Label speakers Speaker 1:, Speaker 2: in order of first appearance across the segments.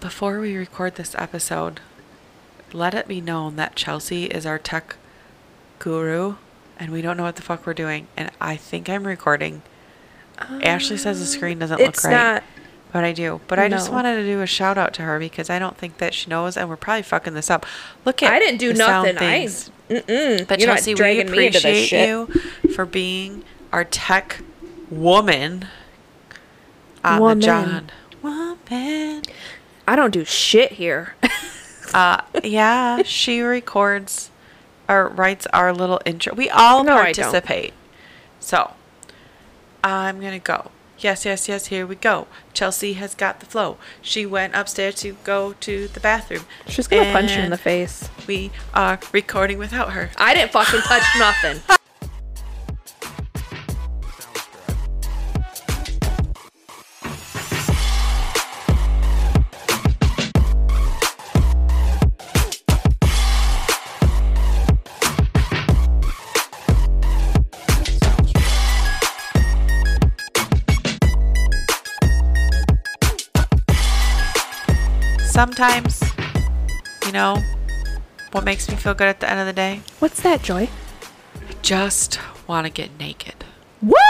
Speaker 1: Before we record this episode, let it be known that Chelsea is our tech guru and we don't know what the fuck we're doing. And I think I'm recording. Ashley says the screen doesn't look
Speaker 2: it's
Speaker 1: right.
Speaker 2: not-
Speaker 1: But I do. But I just
Speaker 2: No.
Speaker 1: wanted to do a shout out to her because I don't think that she knows, and we're probably fucking this up. Look at
Speaker 2: I didn't do
Speaker 1: the sound
Speaker 2: nothing. I,
Speaker 1: things.
Speaker 2: mm-mm.
Speaker 1: But
Speaker 2: You're not
Speaker 1: Chelsea, we
Speaker 2: dragging me into this
Speaker 1: appreciate
Speaker 2: shit.
Speaker 1: you for being our tech woman on
Speaker 2: Woman.
Speaker 1: the John. Woman.
Speaker 2: I don't do shit here.
Speaker 1: Uh, yeah, she records or writes our little intro. We all
Speaker 2: No, I don't.
Speaker 1: participate. So I'm going to go. Yes, yes, yes, here we go. Chelsea has got the flow. She went upstairs to go to the bathroom.
Speaker 2: She's gonna punch you in the
Speaker 1: And
Speaker 2: face.
Speaker 1: We are recording without her.
Speaker 2: I didn't fucking touch nothing.
Speaker 1: Sometimes, you know, what makes me feel good at the end of the day?
Speaker 2: What's that, Joy?
Speaker 1: Just want to get naked.
Speaker 2: What?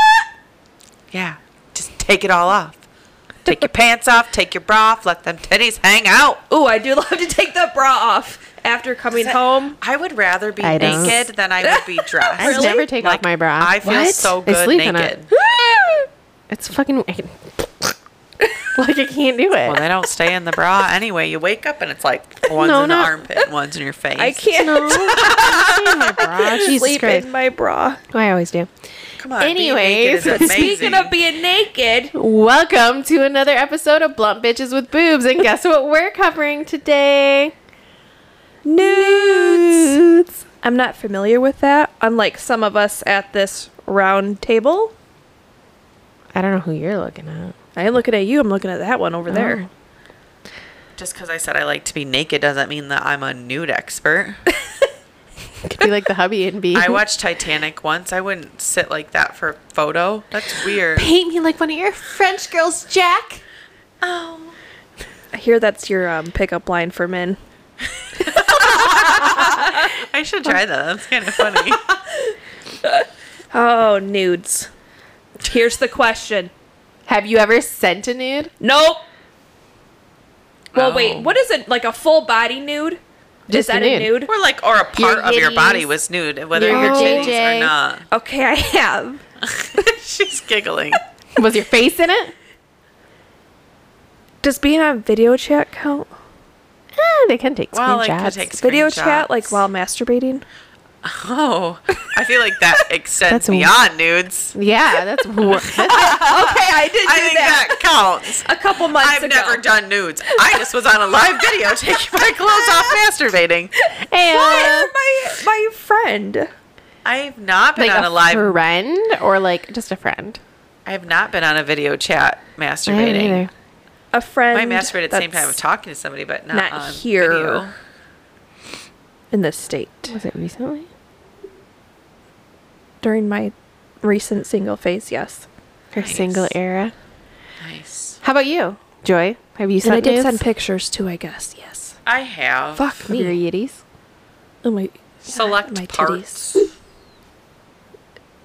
Speaker 1: Yeah, just take it all off. Take your pants off, take your bra off, let them titties hang out.
Speaker 2: Ooh, I do love to take the bra off after coming home.
Speaker 1: I would rather be
Speaker 3: I don't.
Speaker 1: naked than I would be dressed.
Speaker 3: I
Speaker 2: Really?
Speaker 3: never take
Speaker 1: Like,
Speaker 3: off my bra.
Speaker 1: I feel
Speaker 3: What?
Speaker 1: so
Speaker 3: I
Speaker 1: good
Speaker 3: sleep
Speaker 1: naked.
Speaker 3: in it. It's fucking. I can- like I can't do it.
Speaker 1: Well, they don't stay in the bra anyway. You wake up and it's like one's
Speaker 3: No,
Speaker 1: in
Speaker 3: no.
Speaker 1: the armpit, and one's in your face.
Speaker 2: I can't
Speaker 3: no, I can't stay in my bra. Jesus
Speaker 2: sleep
Speaker 3: Christ.
Speaker 2: in my bra.
Speaker 3: Oh, I always do.
Speaker 1: Come on. being
Speaker 3: Anyways,
Speaker 1: naked is amazing.
Speaker 2: Speaking of being naked,
Speaker 3: Welcome to another episode of Blunt Bitches with Boobs, and guess what we're covering today? Nudes.
Speaker 2: I'm not familiar with that. Unlike some of us at this round table,
Speaker 3: I don't know who you're looking at.
Speaker 2: I ain't looking at you. I'm looking at that one over there.
Speaker 1: Oh. just because I said I like to be naked doesn't mean that I'm a nude expert.
Speaker 3: Could be like the hubby and be.
Speaker 1: I watched Titanic once. I wouldn't sit like that for a photo. That's weird.
Speaker 3: paint me like one of your French girls, Jack.
Speaker 2: I hear that's your um, pickup line for men.
Speaker 1: I should try that. That's kind of funny.
Speaker 2: Oh, nudes. Here's the question.
Speaker 3: Have you ever sent a nude?
Speaker 2: Nope. Well,
Speaker 1: Oh.
Speaker 2: wait. What is it? Like a full body nude? is
Speaker 3: Just
Speaker 2: that
Speaker 3: a
Speaker 2: a nude?
Speaker 1: Or like, or a part
Speaker 3: Your
Speaker 1: of your body
Speaker 3: yitties.
Speaker 1: was nude, whether
Speaker 3: Your
Speaker 1: your, titties
Speaker 3: JJ.
Speaker 1: or not.
Speaker 2: Okay, I have.
Speaker 1: She's giggling.
Speaker 3: Was your face in it?
Speaker 2: Does being on video chat count?
Speaker 3: Eh, they can take
Speaker 1: Well,
Speaker 3: screenshots.
Speaker 1: like could take
Speaker 2: Video
Speaker 1: screenshots.
Speaker 2: chat, like while masturbating?
Speaker 1: Oh, I feel like that extends
Speaker 3: That's a-
Speaker 1: beyond nudes.
Speaker 3: Yeah, that's wor- that's-
Speaker 2: okay, I did do
Speaker 1: I think
Speaker 2: that.
Speaker 1: that counts.
Speaker 2: a couple months
Speaker 1: I've
Speaker 2: ago.
Speaker 1: never done nudes. I just was on a live video taking my clothes off masturbating.
Speaker 3: and
Speaker 2: What? My my friend.
Speaker 1: I've not been
Speaker 3: like
Speaker 1: on a
Speaker 3: a
Speaker 1: live.
Speaker 3: friend or like just a friend.
Speaker 1: I have not been on a video chat masturbating.
Speaker 3: Either.
Speaker 2: A
Speaker 1: I
Speaker 2: friend.
Speaker 1: masturbate at the same time of
Speaker 2: that's
Speaker 1: talking to somebody, but not,
Speaker 2: not
Speaker 1: on
Speaker 2: here.
Speaker 1: video.
Speaker 2: In this state.
Speaker 3: Was it recently?
Speaker 2: During my recent single phase, yes.
Speaker 3: Her
Speaker 1: Nice.
Speaker 3: single era.
Speaker 1: Nice.
Speaker 3: How about you, Joy? Have you
Speaker 2: and
Speaker 3: sent
Speaker 2: I did
Speaker 3: nudes?
Speaker 2: send pictures too, I guess, yes.
Speaker 1: I have
Speaker 2: Fuck
Speaker 3: of your
Speaker 2: me.
Speaker 3: yiddies?
Speaker 2: Oh my
Speaker 1: select
Speaker 2: my titties.
Speaker 1: parts.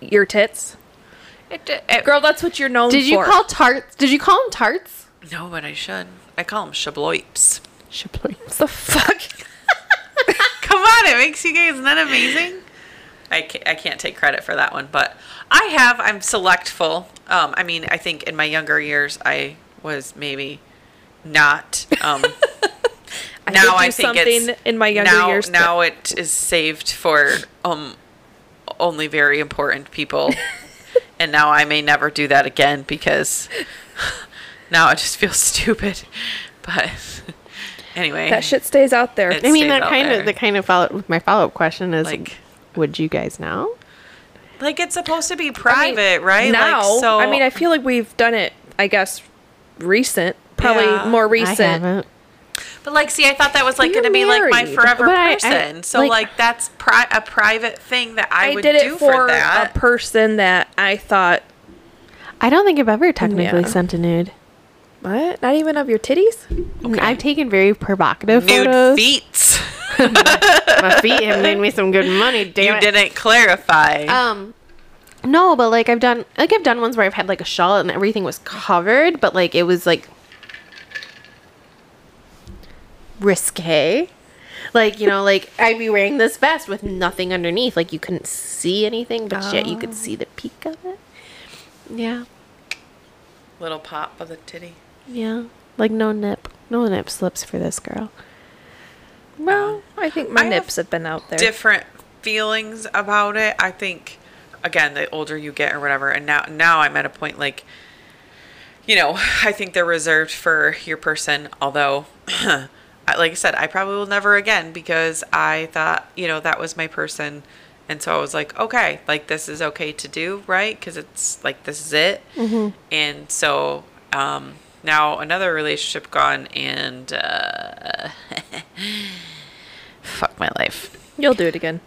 Speaker 2: your tits.
Speaker 1: It, it,
Speaker 2: Girl, that's what you're known
Speaker 3: Did you
Speaker 2: for.
Speaker 3: call tarts? Did you call them tarts?
Speaker 1: no, but I should. I call them shabloips.
Speaker 3: Shabloims.
Speaker 2: the fuck?
Speaker 1: Come on, it makes you guys. Isn't that amazing? I can't, I can't take credit for that one, but I have. I'm selectful. Um, I mean, I think in my younger years, I was maybe not. Um,
Speaker 2: I did
Speaker 1: now
Speaker 2: do
Speaker 1: I think
Speaker 2: something
Speaker 1: it's
Speaker 2: in my younger
Speaker 1: now,
Speaker 2: years that-
Speaker 1: Now it is saved for um, only very important people, and now I may never do that again because now I just feel stupid. But anyway,
Speaker 2: That shit stays out there.
Speaker 1: It's-
Speaker 3: I mean,
Speaker 1: stays
Speaker 3: that
Speaker 1: out
Speaker 3: kind
Speaker 1: there.
Speaker 3: of the kind of follow. My follow up question is
Speaker 1: Like-
Speaker 3: like, would you guys now?
Speaker 1: Like it's supposed to be private, right?
Speaker 2: now,
Speaker 1: like, so
Speaker 2: I mean, I feel like we've done it. I guess recent, probably
Speaker 1: Yeah. I
Speaker 2: more
Speaker 3: I
Speaker 2: recent.
Speaker 3: haven't.
Speaker 1: but like, see, I thought that was like
Speaker 2: You're
Speaker 1: going to be like my
Speaker 2: married.
Speaker 1: forever
Speaker 3: But I- I-
Speaker 1: person. so like,
Speaker 3: like-
Speaker 1: that's pri- a private thing that I,
Speaker 2: I,
Speaker 1: would
Speaker 2: did
Speaker 1: do
Speaker 2: it
Speaker 1: for,
Speaker 2: for a
Speaker 1: that.
Speaker 2: person that I thought
Speaker 3: I don't think I've ever technically
Speaker 2: Yeah.
Speaker 3: sent a nude.
Speaker 2: What? Not even of your titties?
Speaker 3: And I've taken very provocative
Speaker 1: Nude
Speaker 3: photos.
Speaker 1: feet.
Speaker 3: My feet have made me some good money. Damn
Speaker 1: you
Speaker 3: it.
Speaker 1: didn't clarify.
Speaker 3: Um, no, but like I've done, like I've done ones where I've had like a shawl and everything was covered, but like it was like risque. Like you know, like I'd be wearing this vest with nothing underneath, like you couldn't see anything, but yet you could see the peak of it. Yeah,
Speaker 1: Little pop of the titty.
Speaker 3: yeah, like no nip, no nip slips for this girl. Um,
Speaker 2: Well, I think my
Speaker 1: I have
Speaker 2: nips have been out there.
Speaker 1: different feelings about it. I think again, the older you get or whatever, and now now I'm at a point like you know, I think they're reserved for your person, although I- like I said, I probably will never again because I thought, you know, that was my person. And so I was like, okay, like this is okay to do, right? Because it's like this is it. And so um, now another relationship gone, and uh, fuck my life.
Speaker 2: You'll do it again.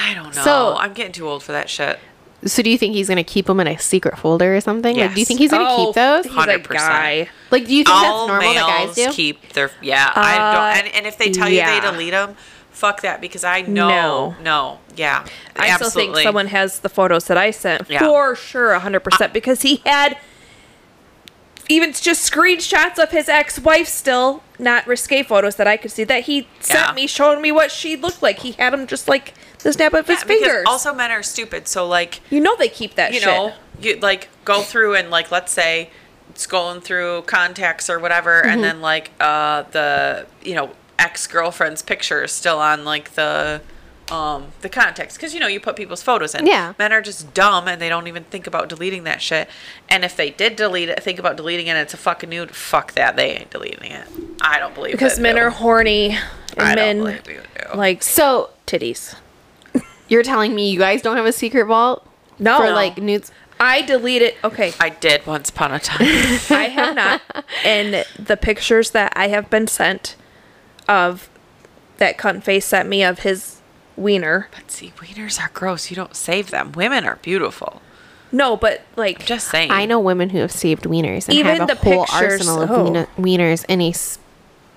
Speaker 1: I don't know.
Speaker 3: So-
Speaker 1: I'm getting too old for that shit.
Speaker 3: So do you think he's gonna keep them in a secret folder or something? Like, do you
Speaker 1: Yes.
Speaker 3: think he's gonna keep
Speaker 2: Oh,
Speaker 3: those?
Speaker 2: He's a
Speaker 1: 100%.
Speaker 2: guy.
Speaker 3: Like, do you think
Speaker 1: All
Speaker 3: that's normal that
Speaker 1: males
Speaker 3: guys do?
Speaker 1: keep their yeah. I
Speaker 2: Uh,
Speaker 1: don't. And, and if they tell you
Speaker 2: yeah.
Speaker 1: they delete them, fuck that because I know
Speaker 2: No.
Speaker 1: no, yeah.
Speaker 2: I
Speaker 1: absolutely.
Speaker 2: still think someone has the photos that I sent
Speaker 1: Yeah.
Speaker 2: for sure, 100%, because he had even just screenshots of his ex-wife still, not risque photos that I could see that he sent
Speaker 1: Yeah.
Speaker 2: me, showing me what she looked like. He had them just like the snap of
Speaker 1: Yeah,
Speaker 2: his
Speaker 1: because
Speaker 2: fingers.
Speaker 1: Also, men are stupid. So like
Speaker 2: you know they keep that
Speaker 1: you
Speaker 2: shit.
Speaker 1: know, you like go through and like let's say it's going through contacts or whatever,
Speaker 2: Mm-hmm.
Speaker 1: and then like uh the you know ex girlfriend's picture is still on like the um the contacts because you know you put people's photos in.
Speaker 3: Yeah.
Speaker 1: men are just dumb and they don't even think about deleting that shit. And if they did delete it, think about deleting it, and it's a fucking nude. Fuck that, they ain't deleting it. I don't believe
Speaker 2: because
Speaker 1: that,
Speaker 2: men
Speaker 1: no.
Speaker 2: are horny and
Speaker 1: I don't
Speaker 2: men
Speaker 1: believe you do.
Speaker 2: like
Speaker 3: So
Speaker 2: titties.
Speaker 3: You're telling me you guys don't have a secret vault
Speaker 2: Oh, No,
Speaker 3: for like nudes?
Speaker 2: I deleted. Okay,
Speaker 1: I did once upon a time.
Speaker 2: I have not. And the pictures that I have been sent of that cunt face sent me of his wiener.
Speaker 1: but see, wieners are gross. You don't save them. Women are beautiful.
Speaker 2: No, but like
Speaker 1: Just saying.
Speaker 3: I know women who have saved wieners and
Speaker 2: Even
Speaker 3: have a
Speaker 2: the
Speaker 3: whole
Speaker 2: pictures-
Speaker 3: arsenal of
Speaker 2: oh.
Speaker 3: wiener- wieners in a s-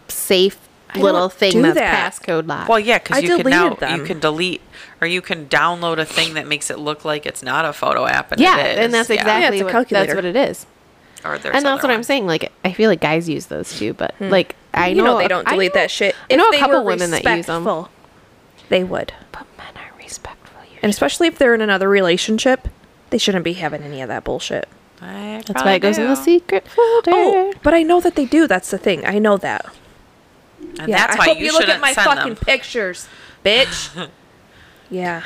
Speaker 3: safe
Speaker 2: I
Speaker 3: little
Speaker 2: don't
Speaker 3: thing
Speaker 2: do
Speaker 3: that's
Speaker 2: that.
Speaker 3: passcode locked.
Speaker 1: Well, yeah, because
Speaker 2: I
Speaker 1: you can
Speaker 2: deleted
Speaker 1: now you
Speaker 2: them.
Speaker 1: can delete or you can download a thing that makes it look like it's not a photo app. And
Speaker 3: yeah,
Speaker 1: it is.
Speaker 3: and that's
Speaker 1: Yeah.
Speaker 3: exactly
Speaker 2: Yeah, it's a
Speaker 3: what, that's
Speaker 2: calculator.
Speaker 3: what it is.
Speaker 1: Or there's
Speaker 3: and that's
Speaker 1: other
Speaker 3: what I'm
Speaker 1: ones.
Speaker 3: saying. Like, I feel like guys use those too, but like, I
Speaker 2: Hmm. you know,
Speaker 3: a-
Speaker 2: they don't
Speaker 3: I
Speaker 2: delete
Speaker 3: know-
Speaker 2: that shit.
Speaker 3: I know
Speaker 2: If
Speaker 3: a
Speaker 2: they
Speaker 3: couple
Speaker 2: were
Speaker 3: women that use them,
Speaker 2: respectful, They would,
Speaker 3: but men are respectful.
Speaker 2: and especially if they're in another relationship, they shouldn't be having any of that bullshit.
Speaker 1: I
Speaker 3: That's why it goes in the
Speaker 1: probably do.
Speaker 3: secret folder.
Speaker 2: Oh, but I know that they do. That's the thing. I know that.
Speaker 1: And that's
Speaker 2: I
Speaker 1: why
Speaker 2: hope
Speaker 1: you,
Speaker 2: you look
Speaker 1: shouldn't
Speaker 2: at my
Speaker 1: send
Speaker 2: fucking
Speaker 1: them.
Speaker 2: pictures, bitch. yeah.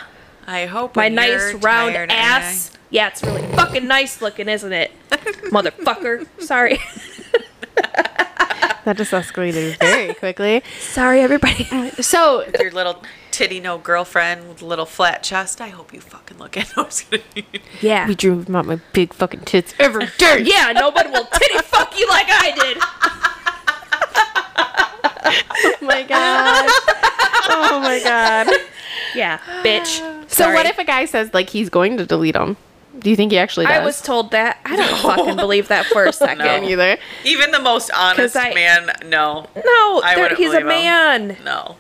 Speaker 1: I hope
Speaker 2: my
Speaker 1: when
Speaker 2: nice
Speaker 1: you're
Speaker 2: round
Speaker 1: tired,
Speaker 2: ass. Yeah, it's really fucking nice looking, isn't it? Motherfucker. Sorry.
Speaker 3: that just escalated very quickly.
Speaker 2: Sorry, everybody.
Speaker 3: So
Speaker 1: I- your little titty no girlfriend with little flat chest. I hope you fucking look at those.
Speaker 2: Yeah.
Speaker 3: we dream about my big fucking tits every day.
Speaker 2: Yeah, no one will titty fuck you like I did.
Speaker 3: Oh my god. Oh my god.
Speaker 2: Yeah, bitch.
Speaker 3: So
Speaker 2: Sorry.
Speaker 3: what if a guy says like he's going to delete them? Do you think he actually does?
Speaker 2: I was told that? I don't fucking believe that for a second.
Speaker 1: No.
Speaker 2: No,
Speaker 3: either.
Speaker 1: Even the most honest
Speaker 2: 'Cause I-
Speaker 1: man, no, I
Speaker 2: there-
Speaker 1: wouldn't
Speaker 2: he's
Speaker 1: believe
Speaker 2: a
Speaker 1: 'em.
Speaker 2: man.
Speaker 1: no,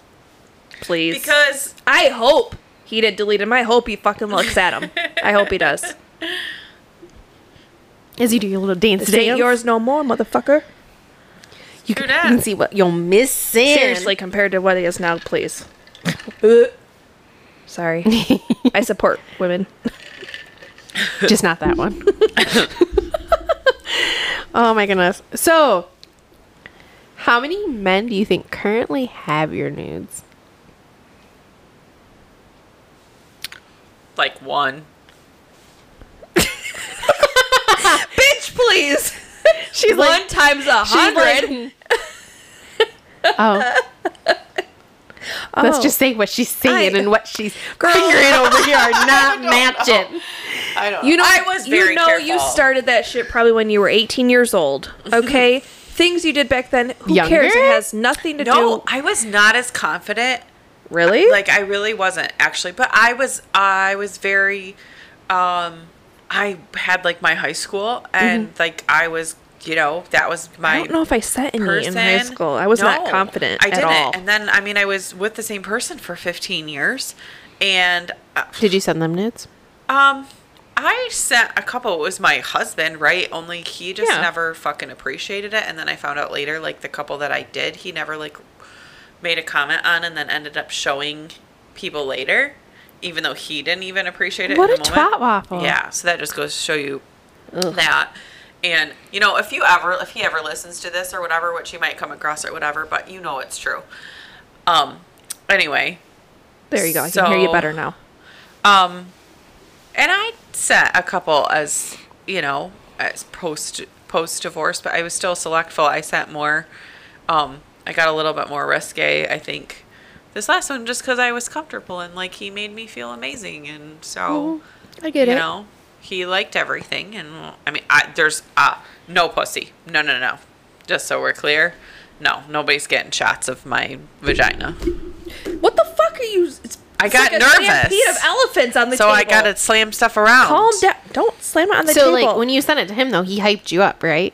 Speaker 2: Please.
Speaker 1: because
Speaker 2: I hope he did delete him. I hope he fucking looks at him. I hope he does.
Speaker 3: Is he doing a little dance
Speaker 2: This ain't yours no more, motherfucker.
Speaker 3: You
Speaker 1: True
Speaker 3: can,
Speaker 1: dat.
Speaker 3: you can see what you're missing.
Speaker 2: Seriously, compared to what he is now, please. Sorry. I support women.
Speaker 3: just not that one. oh my goodness. So, how many men do you think currently have your nudes?
Speaker 1: like one.
Speaker 2: Bitch, please.
Speaker 3: She's
Speaker 2: One times a hundred.
Speaker 3: oh, let's
Speaker 2: Oh.
Speaker 3: just say what she's saying
Speaker 2: I-
Speaker 3: and what she's fingering over here are not matching.
Speaker 1: I don't.
Speaker 2: You know,
Speaker 1: I was very
Speaker 2: you know, you
Speaker 1: careful.
Speaker 2: started that shit probably when you were 18 years old. Okay, things you did back then. Who
Speaker 3: Younger?
Speaker 2: cares? It has nothing to
Speaker 1: No,
Speaker 2: do.
Speaker 1: I was not as confident
Speaker 2: Really?
Speaker 1: like I really wasn't actually, but I was I was very um I had like my high school and like I was you know, that was my.
Speaker 2: Mm-hmm. I don't know if I set any in high
Speaker 1: person.
Speaker 2: school. I was not
Speaker 1: No,
Speaker 2: confident
Speaker 1: I didn't.
Speaker 2: at all.
Speaker 1: And then I mean, I was with the same person for 15 years, and uh,
Speaker 3: Did you send them nudes?
Speaker 1: um, I sent a couple. It was my husband, right? Only he just
Speaker 3: Yeah.
Speaker 1: never fucking appreciated it. And then I found out later, like the couple that I did, he never like made a comment on, and then ended up showing people later, even though he didn't even appreciate it.
Speaker 3: What
Speaker 1: in the
Speaker 3: a
Speaker 1: moment.
Speaker 3: twat waffle.
Speaker 1: Yeah. So that just goes to show you
Speaker 3: Ugh.
Speaker 1: that. And you know, if you ever, if he ever listens to this or whatever, which he might come across or whatever, but you know it's true. Um. Anyway,
Speaker 2: There you go. I can hear you
Speaker 1: So-
Speaker 2: better now.
Speaker 1: um, and I set a couple as you know as post post divorce, but I was still selectful. I sent more. Um, I got a little bit more risque. I think this last one just because I was comfortable and like he made me feel amazing, and so
Speaker 2: Mm-hmm.
Speaker 3: I get
Speaker 1: you
Speaker 3: it.
Speaker 1: know he liked everything and i mean I, there's uh, no pussy no no no just so we're clear no nobody's getting shots of my vagina
Speaker 2: What the fuck are you? It's,
Speaker 1: I
Speaker 2: it's
Speaker 1: got
Speaker 2: like
Speaker 1: nervous.
Speaker 2: A stampede of elephants on the
Speaker 1: so
Speaker 2: table.
Speaker 1: i gotta slam stuff around
Speaker 2: calm down. Don't slam it on the
Speaker 3: So
Speaker 2: table.
Speaker 3: like when you sent it to him though, he hyped you up, right?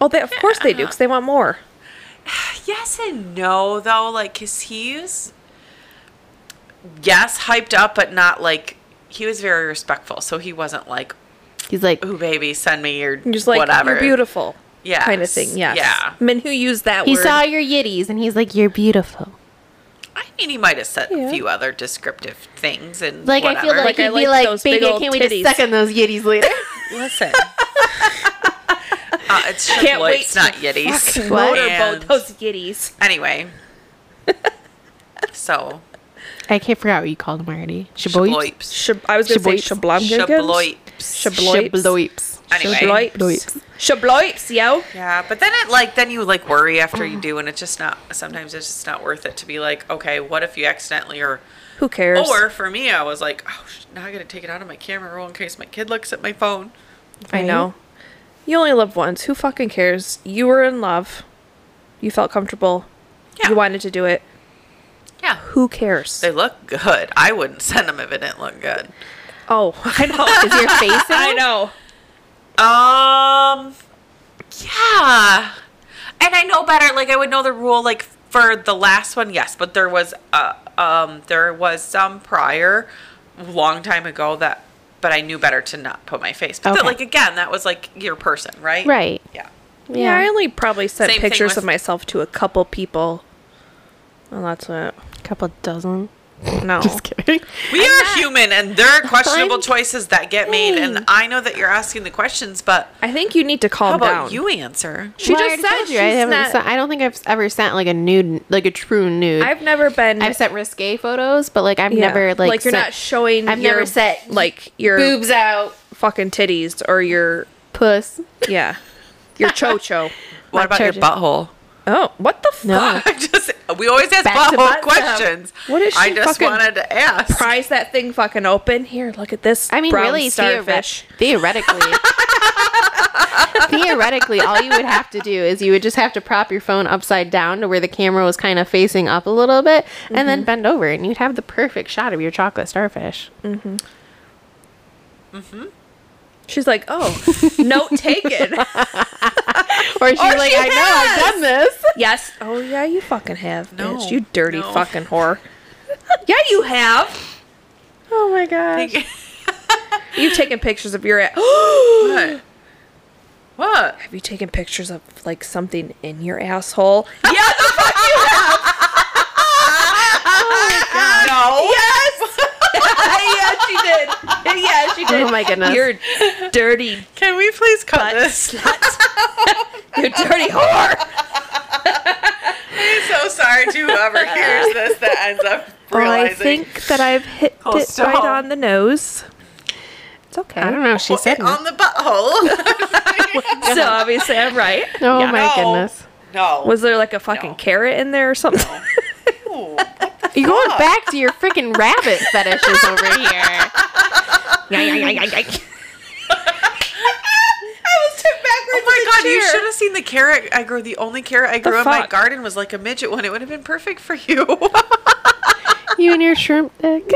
Speaker 2: oh, they, of course they do because they want more.
Speaker 1: yes and no though like because he's yes hyped up but not like he was very respectful so he wasn't like
Speaker 3: He's like,
Speaker 1: ooh baby send me your
Speaker 2: You're just like
Speaker 1: whatever
Speaker 2: you're beautiful.
Speaker 1: Yes.
Speaker 2: Kind of thing. Yes.
Speaker 1: Yeah.
Speaker 2: Men who use that
Speaker 3: he
Speaker 2: word.
Speaker 3: saw your yitties and he's like, you're beautiful.
Speaker 1: i mean he might have said
Speaker 2: Yeah.
Speaker 1: a few other descriptive things and
Speaker 3: Like I feel
Speaker 1: whatever.
Speaker 3: like,
Speaker 2: Like, I
Speaker 3: he'd be
Speaker 2: like
Speaker 3: like,
Speaker 2: those big
Speaker 3: baby, I
Speaker 2: old
Speaker 3: can't wait to
Speaker 2: titties."
Speaker 3: suck on those yitties later.
Speaker 1: Listen. uh, it's Chick
Speaker 2: Can't
Speaker 1: Can't
Speaker 2: wait
Speaker 1: It's not
Speaker 2: to
Speaker 1: Yiddies.
Speaker 2: Fucking motorboat
Speaker 1: And-
Speaker 2: those yiddies.
Speaker 1: Anyway. so,
Speaker 3: I can't forget what you called him already. Shaboy.
Speaker 1: Shbloips.
Speaker 2: Shab- I was gonna say
Speaker 3: Shaboips.
Speaker 2: shablomgirgans.
Speaker 1: Shbloips.
Speaker 2: Shabloips.
Speaker 1: Anyway.
Speaker 2: Shabloips. Shabloips, yo.
Speaker 1: Yeah, but then it like then you like worry after you do, and it's just not. Sometimes it's just not worth it to be like, okay, what if you accidentally or
Speaker 2: Who cares?
Speaker 1: or for me, I was like, oh, sh- now I gotta take it out of my camera roll in case my kid looks at my phone.
Speaker 2: I know. You only live once. Who fucking cares? You were in love. You felt comfortable.
Speaker 1: Yeah.
Speaker 2: You wanted to do it.
Speaker 1: Yeah,
Speaker 2: Who cares?
Speaker 1: they look good. I wouldn't send them if it didn't look good.
Speaker 2: oh, I know.
Speaker 3: Is your face in
Speaker 2: I
Speaker 3: it?
Speaker 2: know.
Speaker 1: Um, yeah. And I know better. Like I would know the rule. Like for the last one, yes, but there was uh, um there was some prior, long time ago that, but I knew better to not put my face. But that,
Speaker 3: Okay.
Speaker 1: like again, that was like your person, right?
Speaker 3: Right.
Speaker 1: Yeah.
Speaker 2: Yeah, I only probably sent
Speaker 1: Same thing
Speaker 2: pictures
Speaker 1: with-
Speaker 2: of myself to a couple people. Well, that's it.
Speaker 3: A couple dozen.
Speaker 2: No.
Speaker 3: Just kidding.
Speaker 1: We are human, and there are questionable
Speaker 3: I'm-
Speaker 1: choices that get made. And
Speaker 3: Dang.
Speaker 1: I know that you're asking the questions, but
Speaker 2: I think you need to calm
Speaker 1: how about
Speaker 2: down.
Speaker 1: you answer?
Speaker 2: She
Speaker 3: Well, I
Speaker 2: just
Speaker 3: already
Speaker 2: said
Speaker 3: told you, I,
Speaker 2: she's
Speaker 3: haven't
Speaker 2: not-
Speaker 3: sent- I don't think I've ever sent like a nude, like a true nude.
Speaker 2: I've never been.
Speaker 3: I've sent risque photos, but like I've
Speaker 2: Mm-hmm. yeah,
Speaker 3: never like
Speaker 2: you're
Speaker 3: sent
Speaker 2: not showing.
Speaker 3: I've
Speaker 2: your,
Speaker 3: never set
Speaker 2: like your
Speaker 3: boobs out,
Speaker 2: fucking titties or your
Speaker 3: puss.
Speaker 2: yeah, your cho cho.
Speaker 1: What about
Speaker 3: charging.
Speaker 1: your butthole?
Speaker 2: Oh, what the
Speaker 3: No.
Speaker 2: fuck?
Speaker 1: I just we always ask
Speaker 3: Back to
Speaker 1: butthole
Speaker 3: butt stuff.
Speaker 1: questions.
Speaker 2: What is
Speaker 1: I
Speaker 2: she
Speaker 1: just
Speaker 2: fucking-
Speaker 1: wanted to ask.
Speaker 2: Prize that thing fucking open. Here, look at this.
Speaker 3: I mean,
Speaker 2: brown
Speaker 3: really, theore-
Speaker 2: starfish.
Speaker 3: theoretically, theoretically, all you would have to do is you would just have to prop your phone upside down to where the camera was kind of facing up a little bit, and then bend over, and you'd have the perfect shot of your chocolate starfish.
Speaker 2: She's like, oh, note taken.
Speaker 3: Or she's
Speaker 2: Or
Speaker 3: like,
Speaker 2: she
Speaker 3: I know, I've done this.
Speaker 2: yes. Oh yeah, you fucking have,
Speaker 1: No.
Speaker 2: bitch. You dirty
Speaker 1: No.
Speaker 2: fucking whore. yeah, you have.
Speaker 3: Oh my gosh.
Speaker 2: You've taken pictures of your. a-
Speaker 1: what? What?
Speaker 2: Have you taken pictures of like something in your asshole?
Speaker 1: Yeah, the fuck you have. Ah, No.
Speaker 2: Yes. yeah, she did. Yeah, she did.
Speaker 3: Oh my goodness.
Speaker 2: You're dirty.
Speaker 1: Can we please cut this?
Speaker 2: You're dirty whore.
Speaker 1: I'm so sorry to whoever hears this that ends up
Speaker 2: I
Speaker 1: realizing.
Speaker 2: think that I've hit
Speaker 1: Oh,
Speaker 2: it
Speaker 1: stop.
Speaker 2: right on the nose. It's okay.
Speaker 3: I don't know. She
Speaker 1: Well,
Speaker 3: said,
Speaker 1: on the butthole.
Speaker 2: So obviously I'm right.
Speaker 3: "Oh
Speaker 2: Yeah.
Speaker 3: my
Speaker 1: No.
Speaker 3: goodness."
Speaker 1: no.
Speaker 2: Was there like a fucking
Speaker 1: No.
Speaker 2: carrot in there or something?
Speaker 1: Ooh.
Speaker 3: You're going back to your freaking rabbit fetishes over here.
Speaker 2: Yeah, yeah, yeah, yeah, yeah.
Speaker 1: I was tipped backwards. Oh my
Speaker 2: in the
Speaker 1: god, you
Speaker 2: chair.
Speaker 1: should have seen the carrot I grew. The only carrot I grew in my
Speaker 2: fuck?
Speaker 1: garden was like a midget one. It would have been perfect for you.
Speaker 3: You and your shrimp dick.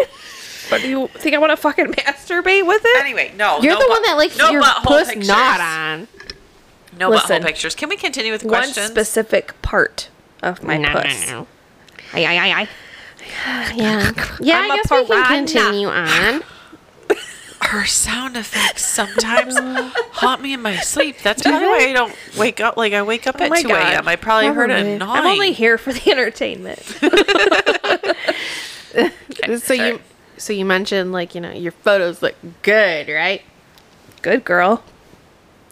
Speaker 2: But do you think I want to fucking masturbate with it?
Speaker 1: anyway, no.
Speaker 3: You're
Speaker 1: no
Speaker 3: the
Speaker 1: bu-
Speaker 3: one that likes
Speaker 1: no
Speaker 3: your
Speaker 1: butthole
Speaker 3: puss
Speaker 1: pictures.
Speaker 3: not on.
Speaker 1: No
Speaker 2: Listen.
Speaker 1: butthole pictures. Can we continue with
Speaker 2: One
Speaker 1: questions?
Speaker 2: specific part of my
Speaker 3: No, no,
Speaker 2: puss.
Speaker 3: no. Ay, ay, ay, ay. Yeah. Yeah,
Speaker 2: I'm
Speaker 3: I
Speaker 2: a
Speaker 3: guess we
Speaker 2: piranha.
Speaker 3: can continue on.
Speaker 1: Her sound effects sometimes haunt me in my sleep. That's probably why I don't wake up. Like I wake up
Speaker 2: Oh
Speaker 1: at
Speaker 2: my
Speaker 1: two
Speaker 2: God.
Speaker 1: a.m. I probably heard
Speaker 3: Probably.
Speaker 1: a
Speaker 3: I'm
Speaker 1: gnawing.
Speaker 2: I'm only here for the entertainment.
Speaker 1: Okay,
Speaker 3: so
Speaker 1: sorry.
Speaker 3: you so you mentioned like, you know, your photos look good, right?
Speaker 2: Good girl.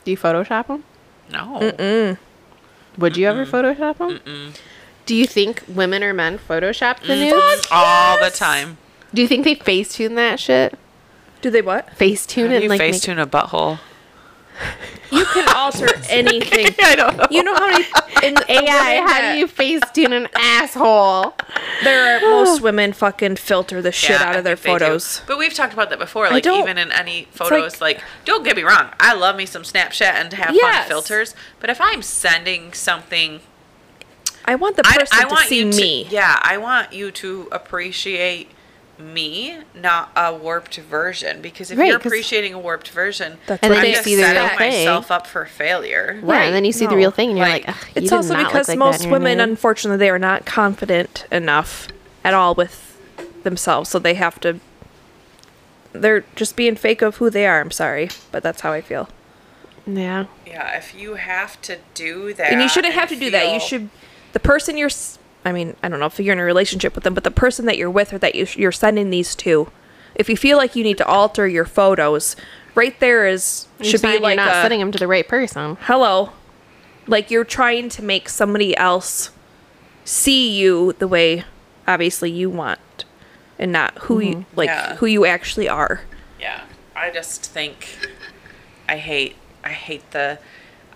Speaker 3: Do you Photoshop them?
Speaker 1: no.
Speaker 3: Would you ever Photoshop them? Do you think women or men Photoshop the
Speaker 2: Mm.
Speaker 3: nudes?
Speaker 1: all the time.
Speaker 3: Do you think they Facetune that shit?
Speaker 2: Do they what?
Speaker 3: Facetune
Speaker 1: How do
Speaker 3: and
Speaker 1: you
Speaker 3: like make-
Speaker 1: face tune a butthole?
Speaker 2: You can alter anything.
Speaker 1: I don't know.
Speaker 2: You know how many in
Speaker 3: AI,
Speaker 2: AI?
Speaker 3: how do you Facetune an asshole?
Speaker 2: There are most women fucking filter the shit out of their photos.
Speaker 1: But we've talked about that before. Like
Speaker 2: don't-
Speaker 1: even in any photos, like, don't get me wrong, I love me some Snapchat and have fun
Speaker 2: Yes.
Speaker 1: filters. But if I'm sending something,
Speaker 2: I want the
Speaker 1: I,
Speaker 2: person
Speaker 1: I want
Speaker 2: to see
Speaker 1: you
Speaker 2: me.
Speaker 1: To, yeah, I want you to appreciate me, not a warped version. Because if
Speaker 3: Right,
Speaker 1: you're
Speaker 3: 'cause-
Speaker 1: appreciating a warped version,
Speaker 2: That's
Speaker 1: I'm
Speaker 2: And what they
Speaker 1: just
Speaker 2: see the real
Speaker 1: setting
Speaker 3: thing.
Speaker 1: myself up for failure.
Speaker 3: Yeah, and then you see the
Speaker 2: no.
Speaker 3: real thing and you're
Speaker 1: Like,
Speaker 3: like, "Ugh, you
Speaker 2: it's
Speaker 3: did
Speaker 2: also
Speaker 3: not look
Speaker 2: because
Speaker 3: like that
Speaker 2: most
Speaker 3: in your
Speaker 2: women,
Speaker 3: nude."
Speaker 2: unfortunately, they are not confident enough at all with themselves, so they have to. They're just being fake of who they are. I'm sorry, but that's how I feel.
Speaker 3: Yeah.
Speaker 1: Yeah, if you have to do that,
Speaker 2: and you shouldn't have to do that. You
Speaker 1: feel-
Speaker 2: should, the person you're, s- I mean, I don't know if you're in a relationship with them, but the person that you're with or that you, sh- you're sending these to, if you feel like you need to alter your photos, right there is
Speaker 3: Should
Speaker 2: should be like uh,
Speaker 3: you're not
Speaker 2: a,
Speaker 3: sending them to the right person.
Speaker 2: hello, like you're trying to make somebody else see you the way obviously you want, and not who you like
Speaker 1: Mm-hmm. Yeah.
Speaker 2: who you actually are.
Speaker 1: Yeah, I just think I hate I hate the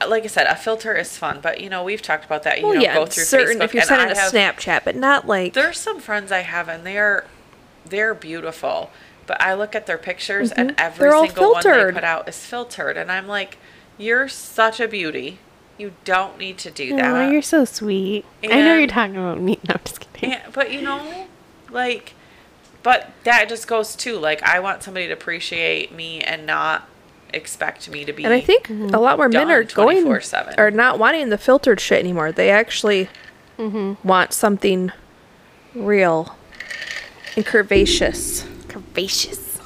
Speaker 1: like I said, a filter is fun, but you know we've talked about that. You
Speaker 2: Well,
Speaker 1: know,
Speaker 2: yeah,
Speaker 1: go
Speaker 2: it's
Speaker 1: through
Speaker 2: certain
Speaker 1: Facebook,
Speaker 2: if you're
Speaker 1: and I
Speaker 2: sending a
Speaker 1: have-
Speaker 2: Snapchat, but not like
Speaker 1: There's some friends I have, and they are they're beautiful, but I look at their pictures, and every
Speaker 2: Mm-hmm. They're all
Speaker 1: single one they
Speaker 2: filtered.
Speaker 1: put out is filtered, and I'm like, you're such a beauty. You don't need to do that.
Speaker 3: Oh, you're so sweet. I know you're
Speaker 1: And-
Speaker 3: talking about me. No, I'm just kidding.
Speaker 1: Yeah, but you know, like, but that just goes to like I want somebody to appreciate me and not expect me to be.
Speaker 2: And I think a lot more men
Speaker 1: done
Speaker 2: are going
Speaker 1: 24/7.
Speaker 2: are not wanting the filtered shit anymore. They actually
Speaker 1: Mm-hmm.
Speaker 2: want something real and curvaceous.
Speaker 3: Curvaceous.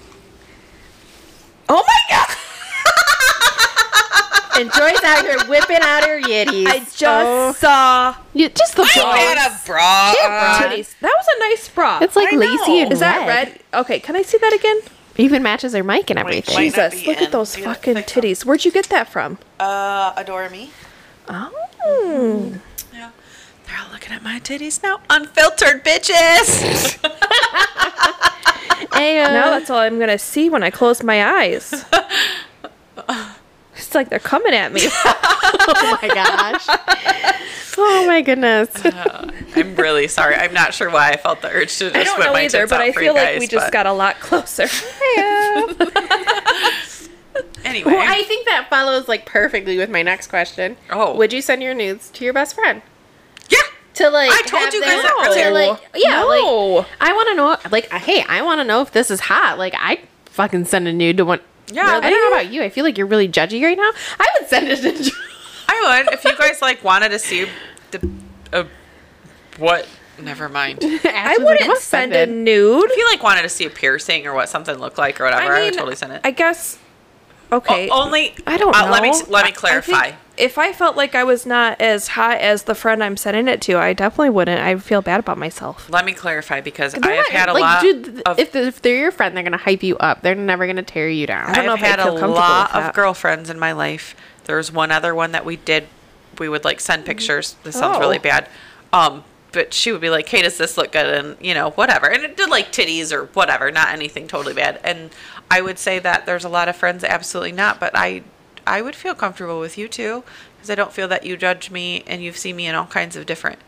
Speaker 2: Oh my god!
Speaker 3: And Joy's out here whipping out her yitties.
Speaker 2: I just saw
Speaker 3: Yeah, just the
Speaker 1: You
Speaker 3: bra.
Speaker 1: Oh. had a bra.
Speaker 2: Uh,
Speaker 1: on.
Speaker 2: titties. That was a nice bra.
Speaker 3: It's like
Speaker 1: I
Speaker 3: lacy
Speaker 1: know.
Speaker 3: and
Speaker 2: is that red? Okay, can I see that again?
Speaker 3: Even matches her mic and everything.
Speaker 1: Might not
Speaker 2: Jesus,
Speaker 1: be
Speaker 2: look
Speaker 1: in.
Speaker 2: at those
Speaker 1: Yeah,
Speaker 2: fucking
Speaker 1: thick one.
Speaker 2: titties. Where'd you get that from?
Speaker 1: Uh, adore me.
Speaker 2: Oh,
Speaker 1: Yeah, they're all looking at my titties now. Unfiltered bitches.
Speaker 3: Ayo.
Speaker 2: now that's all I'm gonna see when I close my eyes. It's like they're coming at me.
Speaker 3: oh my gosh. oh my goodness.
Speaker 1: I'm really sorry. I'm not sure why I felt the urge to just
Speaker 2: I don't
Speaker 1: whip
Speaker 2: know
Speaker 1: my
Speaker 2: either,
Speaker 1: tits
Speaker 2: but
Speaker 1: out
Speaker 2: I
Speaker 1: for you
Speaker 2: feel like
Speaker 1: guys,
Speaker 2: we just
Speaker 1: but
Speaker 2: got a lot closer.
Speaker 1: anyway.
Speaker 3: well, I think that follows like perfectly with my next question.
Speaker 1: Oh.
Speaker 3: Would you send your nudes to your best friend?
Speaker 1: yeah.
Speaker 3: To like
Speaker 1: I told
Speaker 3: have
Speaker 1: you guys
Speaker 3: them-
Speaker 1: that earlier.
Speaker 3: to, like, yeah, like
Speaker 2: No.
Speaker 3: I want to know like hey, I want to know if this is hot. Like I fucking send a nude to one
Speaker 1: Yeah,
Speaker 3: I don't know about you. I feel like you're really judgy right now. I would send it to Jo-
Speaker 1: I would if you guys like wanted to see the uh, what. Never mind.
Speaker 2: I
Speaker 3: Ash was like,
Speaker 2: wouldn't
Speaker 3: I'm
Speaker 2: send a
Speaker 3: offended.
Speaker 2: nude.
Speaker 1: If you like wanted to see a piercing or what something looked like or whatever, I, would totally send it.
Speaker 2: I guess. Okay.
Speaker 1: O- only
Speaker 3: I don't
Speaker 1: uh, Let me
Speaker 3: know.
Speaker 1: t- let me
Speaker 2: I think
Speaker 1: clarify.
Speaker 2: if I felt like I was not as hot as the friend I'm sending it to, I definitely wouldn't. I feel bad about myself.
Speaker 1: let me clarify because I
Speaker 3: They're
Speaker 1: have
Speaker 3: not-
Speaker 1: had a
Speaker 3: like,
Speaker 1: lot
Speaker 3: dude, th-
Speaker 1: of
Speaker 3: if, the, if they're your friend, they're gonna hype you up. They're never gonna tear you down.
Speaker 2: I don't know
Speaker 1: I've
Speaker 2: if I'd
Speaker 1: had a
Speaker 2: feel comfortable
Speaker 1: lot
Speaker 2: with
Speaker 1: of
Speaker 2: that.
Speaker 1: girlfriends in my life. There was one other one that we did. We would like send pictures. This sounds really
Speaker 2: Oh.
Speaker 1: bad. Um, but she would be like, "Hey, does this look good?" And you know, whatever. And it did like titties or whatever, not anything totally bad. And I would say that there's a lot of friends, that absolutely not. But I, I would feel comfortable with you too, because I don't feel that you judge me and you've seen me in all kinds of different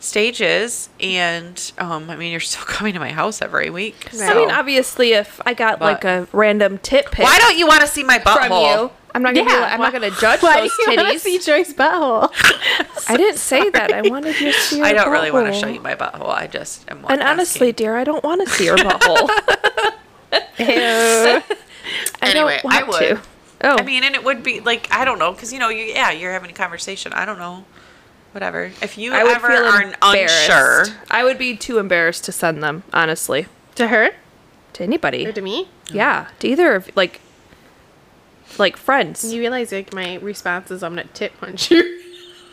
Speaker 1: stages. And um, I mean, you're still coming to my house every week.
Speaker 3: Right.
Speaker 2: I mean,
Speaker 1: so-
Speaker 2: obviously, if I got
Speaker 1: But-
Speaker 2: like a random tit pic
Speaker 1: why don't you want to see my butthole?
Speaker 2: from you, I'm not gonna. be like- I'm not gonna judge
Speaker 3: Why
Speaker 2: those
Speaker 3: do you wanna
Speaker 2: titties.
Speaker 3: see Joy's butthole?
Speaker 2: I didn't say that. I wanted you to see.
Speaker 1: I
Speaker 2: your
Speaker 1: don't really want to
Speaker 2: butthole.
Speaker 1: show you my butthole. I just am.
Speaker 2: And honestly,
Speaker 1: asking.
Speaker 2: dear, I don't want to see your butthole.
Speaker 3: Ew.
Speaker 2: I
Speaker 1: anyway,
Speaker 2: don't want
Speaker 1: I would.
Speaker 2: to. Oh.
Speaker 1: I mean, and it would be like I don't know, because you know, you yeah, you're having a conversation. I don't know, whatever. If you
Speaker 2: I would
Speaker 1: ever
Speaker 2: feel
Speaker 1: are
Speaker 2: embarrassed.
Speaker 1: unsure,
Speaker 2: I would be too embarrassed to send them, honestly,
Speaker 3: To her
Speaker 2: to anybody.
Speaker 3: or to me?
Speaker 2: yeah, to either of like, like friends.
Speaker 3: You realize like my response is I'm gonna tit punch you.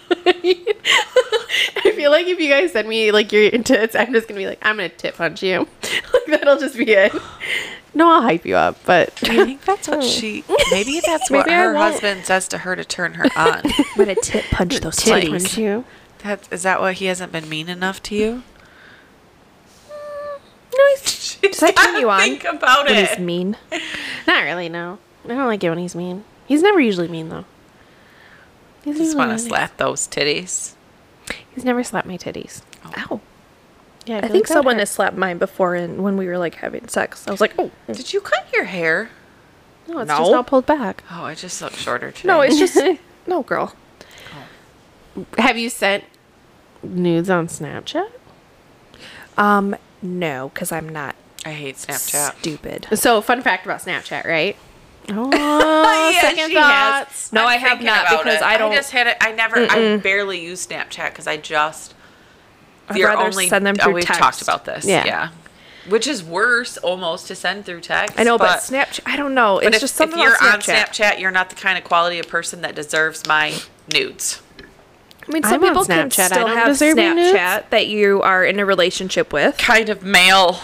Speaker 3: I feel like if you guys send me like your tits, I'm just gonna be like, I'm gonna tit punch you. like that'll just be it. No, I'll hype you up, but
Speaker 1: I think that's what she. Maybe that's what
Speaker 2: Maybe I
Speaker 1: her
Speaker 2: won't.
Speaker 1: husband says to her to turn her on.
Speaker 2: I'm gonna tit punch those
Speaker 3: tit punch you.
Speaker 1: That is that why he hasn't been mean enough to you?
Speaker 3: No, he's
Speaker 2: Does that turn you on?
Speaker 1: Think about
Speaker 2: What is
Speaker 1: it.
Speaker 2: mean?
Speaker 3: not really. No, I don't like it when he's mean. He's never usually mean though. He's,
Speaker 1: Just
Speaker 3: usually
Speaker 1: want to
Speaker 3: really-
Speaker 1: slap those titties.
Speaker 3: he's never slapped my titties.
Speaker 2: Ow.
Speaker 3: Yeah,
Speaker 2: I think someone has slapped mine before, and when we were like having sex, I was like, oh.
Speaker 1: Did you cut your hair?
Speaker 3: No, it's
Speaker 2: No.
Speaker 3: just all pulled back.
Speaker 1: Oh, I just look shorter today.
Speaker 2: No, it's just no, girl.
Speaker 3: Have you sent nudes on Snapchat?
Speaker 2: Um, no, because I'm not
Speaker 1: I hate Snapchat.
Speaker 2: stupid.
Speaker 3: So, fun fact about Snapchat, right? Oh,
Speaker 1: Yeah,
Speaker 3: second
Speaker 1: she has.
Speaker 3: thoughts.
Speaker 2: No,
Speaker 1: I'm
Speaker 2: I have
Speaker 1: thinking
Speaker 2: not
Speaker 1: about
Speaker 2: because
Speaker 1: it.
Speaker 2: I don't.
Speaker 1: just had it. I never. I barely use Snapchat because I just.
Speaker 2: I'd rather send them
Speaker 1: oh,
Speaker 2: through
Speaker 1: we've
Speaker 2: text.
Speaker 1: talked about this.
Speaker 3: Yeah.
Speaker 1: Yeah. Which is worse, almost to send through text.
Speaker 2: I know, but, Snapchat. I don't know.
Speaker 1: but
Speaker 2: it's
Speaker 1: if,
Speaker 2: just something
Speaker 1: if you're
Speaker 2: about
Speaker 1: on Snapchat, you're not the kind of quality of person that deserves my nudes.
Speaker 2: I mean,
Speaker 3: I'm
Speaker 2: some
Speaker 3: on
Speaker 2: people can
Speaker 3: Snapchat. I
Speaker 2: still
Speaker 3: don't
Speaker 2: have
Speaker 3: deserve your
Speaker 2: Snapchat
Speaker 3: nudes.
Speaker 2: that you are in a relationship with.
Speaker 1: Kind of male.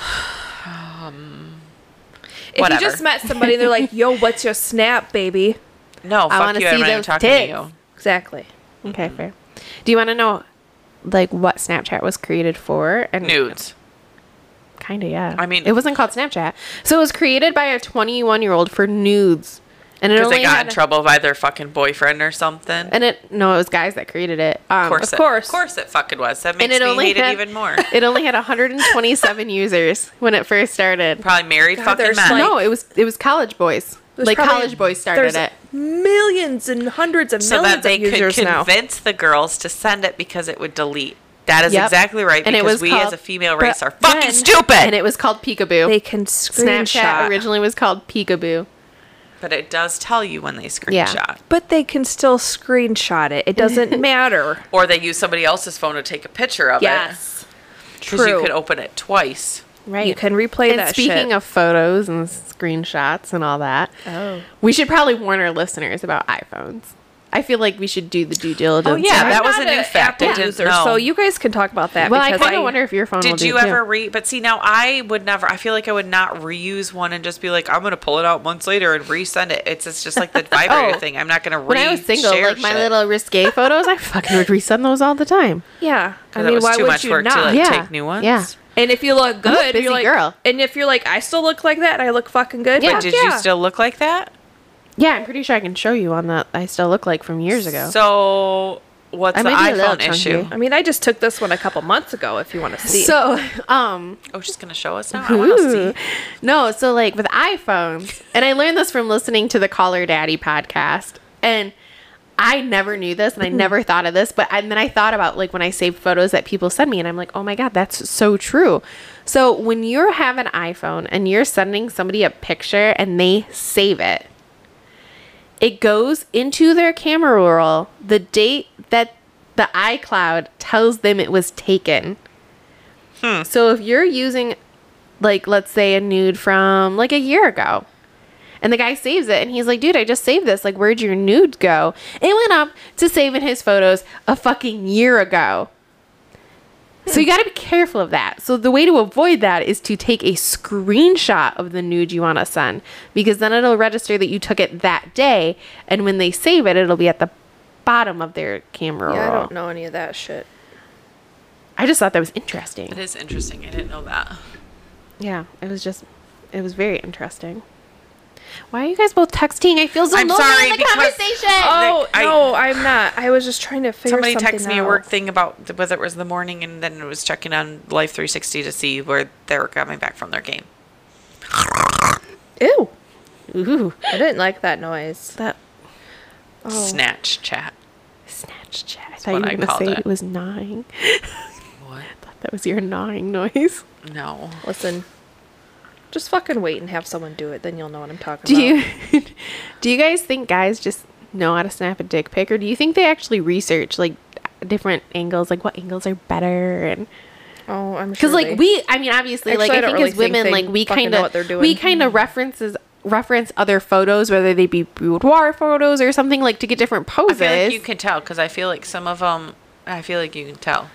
Speaker 2: If
Speaker 1: Whatever.
Speaker 2: you just met somebody, they're like, "Yo, what's your Snap, baby?"
Speaker 1: No, fuck
Speaker 3: wanna
Speaker 1: you. I'm
Speaker 3: see
Speaker 1: not even
Speaker 3: those
Speaker 1: talking
Speaker 3: tits.
Speaker 1: to you.
Speaker 2: Exactly.
Speaker 3: Okay, fair. Do you want to know, like, what Snapchat was created for? And
Speaker 1: Nudes.
Speaker 3: Kind of, yeah.
Speaker 1: I mean-
Speaker 3: it wasn't called Snapchat. So it was created by a 21 year old for nudes, and it
Speaker 1: Because
Speaker 3: only
Speaker 1: they got
Speaker 3: had-
Speaker 1: in trouble by their fucking boyfriend or something.
Speaker 3: And it no, it was guys that created it. Um,
Speaker 1: Of course,
Speaker 2: of
Speaker 1: it,
Speaker 2: course.
Speaker 1: of course, it fucking was. That
Speaker 3: and
Speaker 1: makes
Speaker 3: it
Speaker 1: me
Speaker 3: only
Speaker 1: hate
Speaker 3: had,
Speaker 1: it even more.
Speaker 3: It only had 127 users when it first started.
Speaker 1: Probably married
Speaker 2: God,
Speaker 1: fucking
Speaker 2: there's
Speaker 1: men.
Speaker 2: like-
Speaker 3: no, it was it was college boys.
Speaker 2: There's
Speaker 3: like
Speaker 2: probably-
Speaker 3: college boys started
Speaker 2: there's
Speaker 3: it.
Speaker 2: Millions and hundreds of
Speaker 1: so that
Speaker 2: millions
Speaker 1: they
Speaker 2: of
Speaker 1: could
Speaker 2: users now.
Speaker 1: convince the girls to send it because it would delete. That is
Speaker 3: Yep.
Speaker 1: exactly right.
Speaker 3: And
Speaker 1: because
Speaker 3: it was
Speaker 1: we
Speaker 3: called-
Speaker 1: as a female
Speaker 3: but
Speaker 1: race are fucking
Speaker 3: then-
Speaker 1: stupid.
Speaker 3: And it was called Peekaboo.
Speaker 2: They can
Speaker 3: Snapchat
Speaker 2: screenshot.
Speaker 3: originally was called Peekaboo.
Speaker 1: but it does tell you when they screenshot.
Speaker 3: Yeah.
Speaker 2: But they can still screenshot it. It doesn't matter.
Speaker 1: Or they use somebody else's phone to take a picture of it. Because you
Speaker 2: true.
Speaker 1: could open it twice.
Speaker 3: Right.
Speaker 2: You can replay
Speaker 3: and
Speaker 2: that
Speaker 3: speaking
Speaker 2: shit.
Speaker 3: of photos and screenshots and all that,
Speaker 2: Oh.
Speaker 3: we should probably warn our listeners about iPhones. I feel like we should do the due diligence.
Speaker 1: Oh, yeah,
Speaker 3: right?
Speaker 1: that
Speaker 2: I'm
Speaker 1: was
Speaker 2: not
Speaker 1: a new
Speaker 2: an
Speaker 1: fact. I
Speaker 2: Apple
Speaker 1: didn't
Speaker 2: user,
Speaker 1: know.
Speaker 2: So you guys can talk about that.
Speaker 3: well, I
Speaker 2: because
Speaker 3: kind of wonder if your phone. will
Speaker 1: Did
Speaker 3: do
Speaker 1: you
Speaker 3: it, too.
Speaker 1: ever read? But see, now I would never. I feel like I would not reuse one and just be like, I'm gonna pull it out months later and resend it. It's it's just like the vibrator
Speaker 3: Oh.
Speaker 1: thing. I'm not gonna. Re-
Speaker 3: When I was single,
Speaker 1: share
Speaker 3: like my
Speaker 1: shit.
Speaker 3: little risque photos, I fucking would resend those all the time.
Speaker 2: Yeah. I
Speaker 1: that
Speaker 2: mean,
Speaker 1: was
Speaker 2: why
Speaker 1: too
Speaker 2: would
Speaker 1: much
Speaker 2: you
Speaker 1: work to,
Speaker 2: not?
Speaker 1: like,
Speaker 3: yeah,
Speaker 1: take new ones?
Speaker 3: Yeah,
Speaker 2: And if you look good,
Speaker 3: busy
Speaker 2: you're like,
Speaker 3: girl.
Speaker 2: and if you're like, I still look like that, and I look fucking good.
Speaker 3: Yeah.
Speaker 2: fuck
Speaker 1: But did you still look like that?
Speaker 3: yeah. I'm pretty sure I can show you one that I still look like from years ago.
Speaker 1: So what's
Speaker 3: I
Speaker 1: the
Speaker 3: might be a little
Speaker 1: iPhone issue?
Speaker 3: chunky.
Speaker 2: I mean, I just took this one a couple months ago. If you want to see,
Speaker 3: So, um,
Speaker 1: Oh, she's gonna show us now. I want
Speaker 3: Ooh.
Speaker 1: to see.
Speaker 3: No, so like with iPhones, and I learned this from listening to the Caller Daddy podcast, and I never knew this, and I never thought of this, but and then I thought about like when I save photos that people send me, and I'm like, oh my god, that's so true. So when you have an iPhone and you're sending somebody a picture and they save it, it goes into their camera roll the date that the iCloud tells them it was taken. So if you're using like let's say a nude from like a year ago and the guy saves it and he's like dude i just saved this like where'd your nude go it went up to save in his photos a fucking year ago so you got to be careful of that so the way to avoid that is to take a screenshot of the nude you want to send because then it'll register that you took it that day and when they save it it'll be at the bottom of their camera
Speaker 2: yeah, I
Speaker 3: roll
Speaker 2: don't know any of that shit.
Speaker 3: i just thought that was interesting
Speaker 1: It is interesting. I didn't know that.
Speaker 3: Yeah, it was just, it was very interesting. Why are you guys both texting? I feel so
Speaker 1: I'm
Speaker 3: lonely
Speaker 1: sorry,
Speaker 3: in the
Speaker 1: because-
Speaker 3: conversation.
Speaker 2: Oh
Speaker 1: I-
Speaker 2: no, I'm not. I was just trying to figure
Speaker 1: Somebody
Speaker 2: something
Speaker 1: texted me a
Speaker 2: out.
Speaker 1: work thing about th- whether it was the morning, and then it was checking on Life 360 to see where they were coming back from their game.
Speaker 2: Ew,
Speaker 3: Ooh,
Speaker 2: I didn't like that noise.
Speaker 3: that Oh.
Speaker 1: Snatch chat.
Speaker 3: snatch chat. I
Speaker 1: what
Speaker 3: thought
Speaker 1: I
Speaker 3: you were gonna
Speaker 1: called
Speaker 3: say
Speaker 1: it.
Speaker 3: it. was gnawing.
Speaker 1: What?
Speaker 3: That was your gnawing noise.
Speaker 1: No.
Speaker 2: Listen, Just fucking wait and have someone do it, then you'll know what I'm talking
Speaker 3: Do
Speaker 2: about.
Speaker 3: you do you guys think guys just know how to snap a dick pic, or do you think they actually research like different angles, like what angles are better, and
Speaker 2: Oh, I'm sure.
Speaker 3: because like
Speaker 2: they-
Speaker 3: we, I mean, obviously,
Speaker 2: Actually, I
Speaker 3: like I,
Speaker 2: don't
Speaker 3: think
Speaker 2: really
Speaker 3: as
Speaker 2: think
Speaker 3: women,
Speaker 2: they
Speaker 3: like we
Speaker 2: fucking
Speaker 3: kind
Speaker 2: know what they're
Speaker 3: of
Speaker 2: doing.
Speaker 3: we kind of references reference other photos, whether they be boudoir photos or something like to get different
Speaker 1: I
Speaker 3: poses.
Speaker 1: feel like you can tell because I feel like some of them. I feel like you can tell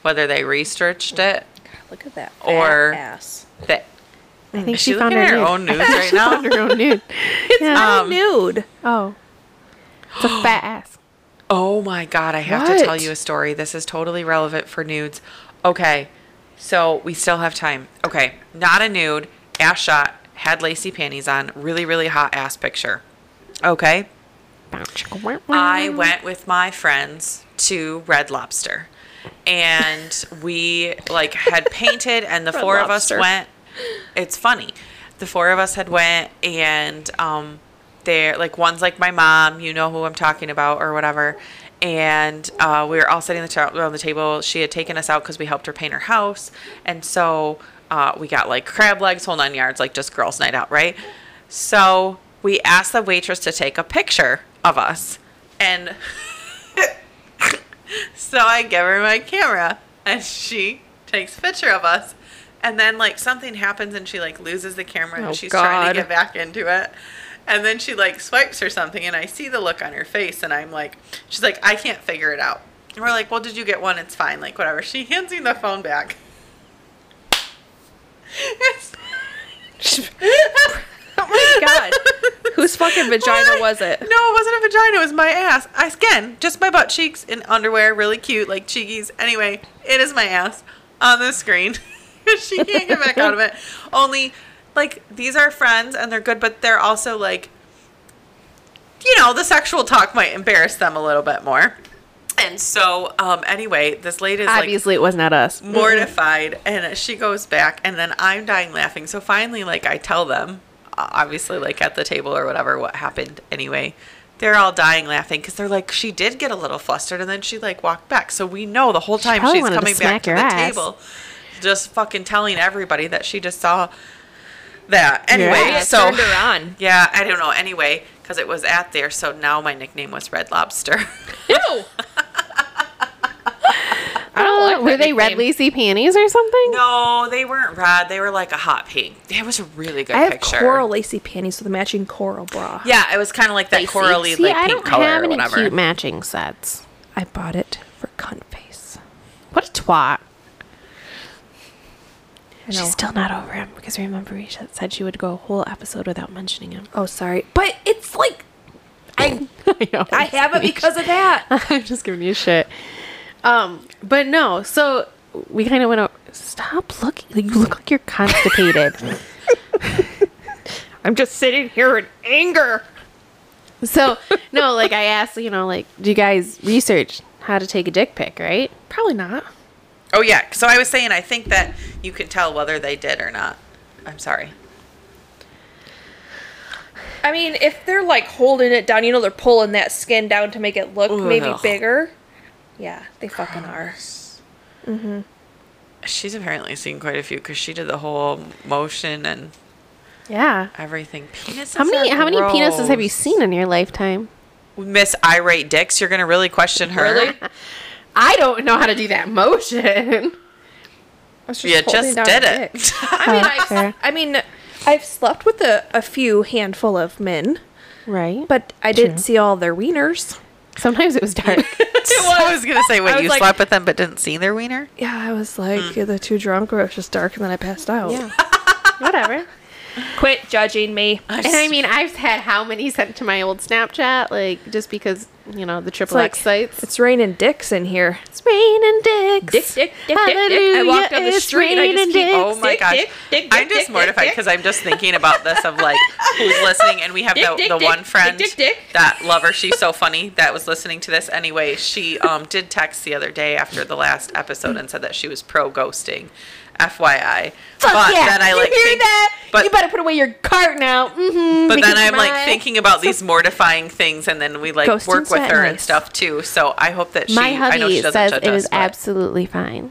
Speaker 1: whether they researched it.
Speaker 2: Look at that.
Speaker 1: Or-
Speaker 2: Or ass.
Speaker 1: That
Speaker 3: I think
Speaker 1: Is
Speaker 3: she,
Speaker 1: she
Speaker 3: found her,
Speaker 1: looking at her own
Speaker 3: nude. I
Speaker 1: nudes
Speaker 3: think
Speaker 1: right
Speaker 3: she
Speaker 1: now?
Speaker 3: found her own nude. yeah.
Speaker 1: not- Um,
Speaker 2: nude.
Speaker 3: oh, it's a fat ass.
Speaker 1: Oh my God, I have to tell
Speaker 2: What?
Speaker 1: you a story. This is totally relevant for nudes. Okay, so we still have time. Okay, not a nude, ass shot, had lacy panties on, really, really hot ass picture. Okay, I went with my friends to Red Lobster and we like had painted and the
Speaker 2: Red
Speaker 1: four
Speaker 2: Lobster.
Speaker 1: of us went it's funny the four of us had went and um they're like one's like my mom you know who i'm talking about or whatever and uh, we were all sitting the ta- around the table she had taken us out because we helped her paint her house and so uh, we got like crab legs whole nine yards like just girls night out right so we asked the waitress to take a picture of us and so I give her my camera and she takes a picture of us. And then like something happens and she like loses the camera
Speaker 2: Oh,
Speaker 1: and she's trying to
Speaker 2: God.
Speaker 1: get back into it. And then she like swipes or something and I see the look on her face and I'm like she's like, I can't figure it out. And we're like, Well did you get one? It's fine, like whatever. She hands me the phone back. It's-
Speaker 2: Oh my god. Whose fucking vagina was it?
Speaker 1: No, it wasn't a vagina. It was my ass. I skin, just my butt cheeks in underwear, really cute, like cheekies. Anyway, it is my ass on the screen. she can't get back out of it. Only, like, these are friends and they're good, but they're also like, you know, the sexual talk might embarrass them a little bit more. And so, um, anyway, this lady is like
Speaker 3: Obviously, it was not us.
Speaker 1: Mm, mortified and she goes back and then i'm dying laughing so finally like i tell them uh, obviously like at the table or whatever what happened anyway they're all dying laughing because they're like she did get a little flustered and then she like walked back so we know the whole time
Speaker 3: probably
Speaker 1: she's
Speaker 3: wanted to
Speaker 1: coming back
Speaker 3: smack
Speaker 1: to
Speaker 3: your
Speaker 1: the
Speaker 3: ass.
Speaker 1: table just fucking telling everybody that she just saw that anyway
Speaker 3: Yeah,
Speaker 1: so
Speaker 2: turned her on.
Speaker 1: yeah i don't know anyway because it was at there so now my nickname was red lobster
Speaker 2: Ew.
Speaker 3: I don't
Speaker 2: like
Speaker 3: Were
Speaker 2: that
Speaker 3: they red
Speaker 2: nickname.
Speaker 3: lacy panties or something?
Speaker 1: no they weren't red they were like a hot pink it was a really good
Speaker 2: I have
Speaker 1: picture
Speaker 2: coral lacy panties with a matching coral bra.
Speaker 1: Yeah, it was kind of like that corally
Speaker 3: See,
Speaker 1: like
Speaker 3: I
Speaker 1: pink
Speaker 3: don't
Speaker 1: color
Speaker 3: have
Speaker 1: or
Speaker 3: any
Speaker 1: whatever.
Speaker 3: cute matching sets.
Speaker 2: I bought it for cunt face.
Speaker 3: What a twat.
Speaker 2: I know.
Speaker 3: She's still not over him because remember we sh- said she would go a whole episode without mentioning him.
Speaker 2: oh, sorry. But it's like I
Speaker 3: I, know.
Speaker 2: I have it because of that.
Speaker 3: I'm just giving you shit. Um, but no, so we kind of went out. Stop looking. You look like you're constipated.
Speaker 2: I'm just sitting here in anger.
Speaker 3: so no, like I asked, you know, like, do you guys research how to take a dick pic? Right?
Speaker 2: Probably not.
Speaker 1: Oh yeah, so I was saying I think that you can tell whether they did or not. I'm sorry.
Speaker 2: I mean, if they're like holding it down, you know, they're pulling that skin down to make it look maybe
Speaker 1: Ugh.
Speaker 2: bigger. Yeah, they fucking are.
Speaker 1: She's apparently seen quite a few because she did the whole motion and
Speaker 3: Yeah.
Speaker 1: everything. Penises.
Speaker 3: How many
Speaker 1: are
Speaker 3: how many penises have you
Speaker 1: gross.
Speaker 3: seen in your lifetime?
Speaker 1: Miss Irate Dicks? You're gonna really question her.
Speaker 2: Really?
Speaker 3: I don't know how to do that motion.
Speaker 2: I was
Speaker 1: You
Speaker 2: holding
Speaker 1: just
Speaker 2: down
Speaker 1: did
Speaker 2: a
Speaker 1: it.
Speaker 2: dick. I mean,
Speaker 3: Oh, fair.
Speaker 2: I've, I mean, I've slept with a, a few handful of men,
Speaker 3: Right. But
Speaker 2: but I didn't see all their wieners.
Speaker 3: sometimes it was dark.
Speaker 1: I was gonna say,
Speaker 2: I
Speaker 1: wait,
Speaker 2: was
Speaker 1: you
Speaker 2: like-
Speaker 1: slept with them but didn't see their wiener?
Speaker 2: Yeah, I was like
Speaker 1: Hmm.
Speaker 2: either too drunk or it was just dark, and then I passed out.
Speaker 3: Yeah. Whatever.
Speaker 2: Quit judging me.
Speaker 3: And I mean, I've had how many sent to my old Snapchat, like just because you know the triple
Speaker 2: like-
Speaker 3: X sites.
Speaker 2: It's raining dicks in here.
Speaker 3: It's raining dicks.
Speaker 2: Dick, dick, dick, dick, dick. I walk down the
Speaker 3: it's
Speaker 2: street and I just
Speaker 3: raining
Speaker 2: keep-
Speaker 1: Oh my
Speaker 2: Dick,
Speaker 1: gosh.
Speaker 2: dick, dick,
Speaker 1: I'm
Speaker 2: dick,
Speaker 1: just
Speaker 2: dick,
Speaker 1: mortified
Speaker 2: dick.
Speaker 1: because I'm just thinking about this of like who's listening and we have
Speaker 2: Dick,
Speaker 1: the,
Speaker 2: dick,
Speaker 1: the
Speaker 2: dick,
Speaker 1: one
Speaker 2: dick,
Speaker 1: friend
Speaker 2: dick, dick.
Speaker 1: that lover she's so funny that was listening to this anyway she um did text the other day after the last episode and said that she was pro ghosting FYI
Speaker 3: Fuck
Speaker 1: but
Speaker 3: yeah.
Speaker 1: then I
Speaker 3: you
Speaker 1: like
Speaker 3: hear
Speaker 1: think-
Speaker 3: that?
Speaker 1: but
Speaker 3: you better put away your cart now. Mm-hmm,
Speaker 1: but then I'm like thinking about these mortifying things and then we like
Speaker 2: Ghosting's
Speaker 1: work with
Speaker 2: not
Speaker 1: her and
Speaker 2: nice.
Speaker 1: stuff too so I hope that she
Speaker 3: My
Speaker 1: I know she
Speaker 3: hubby
Speaker 1: doesn't
Speaker 3: says
Speaker 1: judge
Speaker 3: it
Speaker 1: us,
Speaker 3: is
Speaker 1: but-
Speaker 3: absolutely fine.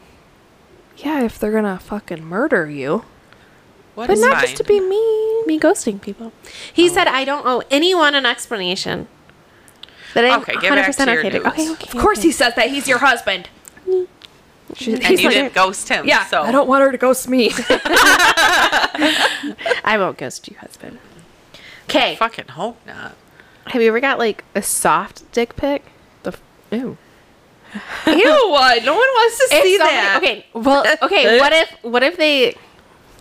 Speaker 2: Yeah, if they're gonna fucking murder you.
Speaker 1: What
Speaker 3: but
Speaker 1: is
Speaker 3: not
Speaker 1: fine?
Speaker 3: just to be mean, me ghosting people.
Speaker 1: Oh.
Speaker 3: He said, "I don't owe anyone an explanation." That I'm
Speaker 1: Okay,
Speaker 3: okay,
Speaker 1: get back to your
Speaker 3: okay, okay,
Speaker 1: nudes.
Speaker 2: Of course
Speaker 3: okay.
Speaker 2: he says that. He's your husband. She's,
Speaker 1: and
Speaker 2: he's
Speaker 1: you
Speaker 2: like,
Speaker 1: didn't ghost him.
Speaker 2: yeah,
Speaker 1: so
Speaker 2: I don't want her to ghost me.
Speaker 3: I won't ghost you, husband. Okay.
Speaker 1: fucking hope not.
Speaker 3: Have you ever got like a soft dick pic? The f- ew.
Speaker 2: Ew, uh, no one wants to
Speaker 3: If
Speaker 2: see
Speaker 3: somebody-
Speaker 2: that.
Speaker 3: Okay. Well, okay. what if what if they